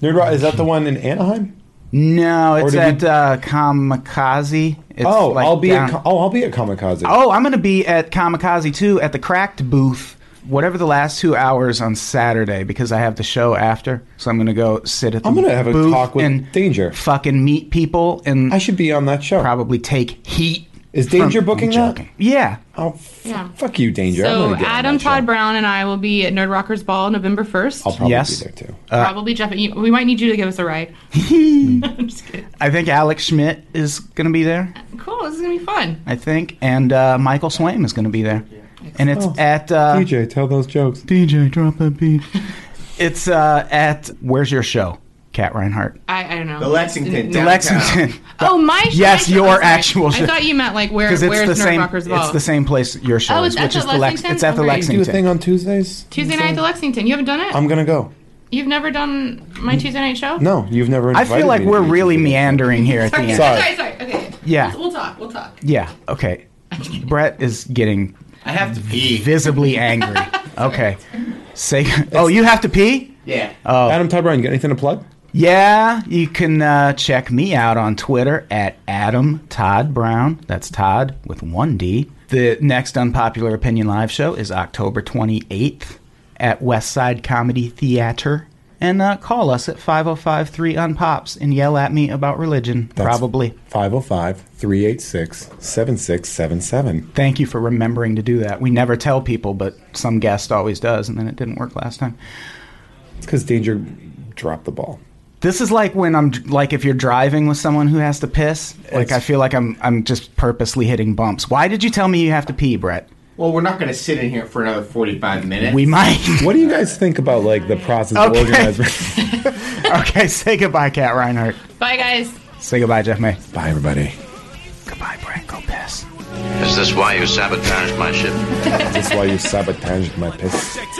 Speaker 2: Nerd Rock, is that the one in Anaheim?
Speaker 1: No, it's at
Speaker 2: did
Speaker 1: uh, Kamikaze. It's
Speaker 2: oh,
Speaker 1: like
Speaker 2: I'll be
Speaker 1: down-
Speaker 2: at, Co- oh, I'll be at Kamikaze.
Speaker 1: Oh, I'm going to be at Kamikaze too at the Cracked booth, whatever the last two hours on Saturday, because I have the show after. So I'm going to go sit at the
Speaker 2: I'm gonna have a
Speaker 1: booth
Speaker 2: talk with
Speaker 1: and
Speaker 2: Danger.
Speaker 1: fucking meet people. And I
Speaker 2: should be on that show.
Speaker 1: Probably take heat.
Speaker 2: Is Danger booking that?
Speaker 1: Yeah.
Speaker 2: Oh,
Speaker 4: Yeah.
Speaker 2: fuck you, Danger. I'm
Speaker 4: So
Speaker 2: gonna get on
Speaker 4: Adam
Speaker 2: that show.
Speaker 4: Todd Brown and I will be at Nerd Rockers Ball November 1st.
Speaker 2: I'll probably
Speaker 1: Yes.
Speaker 2: be there too.
Speaker 1: uh,
Speaker 4: Probably Jeff. You, we might need you to give us a ride.
Speaker 1: I think Alex Schmidt is going to be there.
Speaker 4: Cool. This is gonna be fun.
Speaker 1: I think, and uh, Michael Swaim is going to be there, and it's
Speaker 4: Oh.
Speaker 1: at uh,
Speaker 2: DJ. Tell those jokes.
Speaker 1: DJ, drop that beat. it's uh, at where's your show, Kat Reinhardt?
Speaker 4: I, I don't know.
Speaker 3: The Lexington.
Speaker 1: The Lexington.
Speaker 4: Oh, my. show-
Speaker 1: yes,
Speaker 4: my show-
Speaker 1: your
Speaker 4: I'm sorry.
Speaker 1: actual show.
Speaker 4: I thought you meant like where.
Speaker 1: because it's
Speaker 4: where's
Speaker 1: the
Speaker 4: Nerd
Speaker 1: same.
Speaker 4: Rockers Ball?
Speaker 1: It's the same place your show
Speaker 4: Oh,
Speaker 1: is,
Speaker 4: it's at
Speaker 1: which
Speaker 4: the
Speaker 1: is the Lex.
Speaker 4: Lexington?
Speaker 1: It's at the
Speaker 4: Oh, great.
Speaker 1: Lexington.
Speaker 4: You do a thing
Speaker 2: on Tuesdays.
Speaker 4: Tuesday night at the Lexington. You haven't done it.
Speaker 1: Um,
Speaker 2: I'm gonna go.
Speaker 4: You've never done my Tuesday night show.
Speaker 2: No, you've never.
Speaker 1: I
Speaker 2: Invited
Speaker 1: feel like
Speaker 2: me to
Speaker 1: we're
Speaker 2: do
Speaker 1: really meandering here at the
Speaker 4: Sorry,
Speaker 1: end.
Speaker 4: sorry, sorry, sorry. Okay.
Speaker 1: Yeah.
Speaker 4: We'll, we'll talk. We'll talk.
Speaker 1: Yeah. Okay. Brett is getting. I have to pee. Visibly angry. Okay. Say. Oh, you have to pee.
Speaker 3: Yeah.
Speaker 1: Oh.
Speaker 2: Adam Todd Brown, you got anything to plug?
Speaker 1: Yeah, you can uh, check me out on Twitter at Adam Todd Brown. That's Todd with one D. The next Unpopular Opinion live show is October 28th at Westside Comedy Theater. And uh, call us at 505 3 Unpops and yell at me about religion. Probably.
Speaker 2: 505 386 7677.
Speaker 1: Thank you for remembering to do that. We never tell people, but some guest always does, and then it didn't work last time.
Speaker 2: It's because Danger dropped the ball.
Speaker 1: This is like when I'm like if you're driving with someone who has to piss. Like I feel like I'm I'm just purposely hitting bumps. Why did you tell me you have to pee, Brett?
Speaker 3: Well, we're not going to sit in here for another 45 minutes.
Speaker 1: We might.
Speaker 2: What do you guys think about like the process
Speaker 1: Okay.
Speaker 2: of organizing?
Speaker 1: okay, say goodbye, Kat Reinhardt.
Speaker 4: Bye, guys.
Speaker 1: Say goodbye, Jeff May.
Speaker 2: Bye, everybody.
Speaker 1: Goodbye, Brett. Go piss.
Speaker 9: Is this why you sabotaged my ship?
Speaker 2: That's why you sabotaged my piss.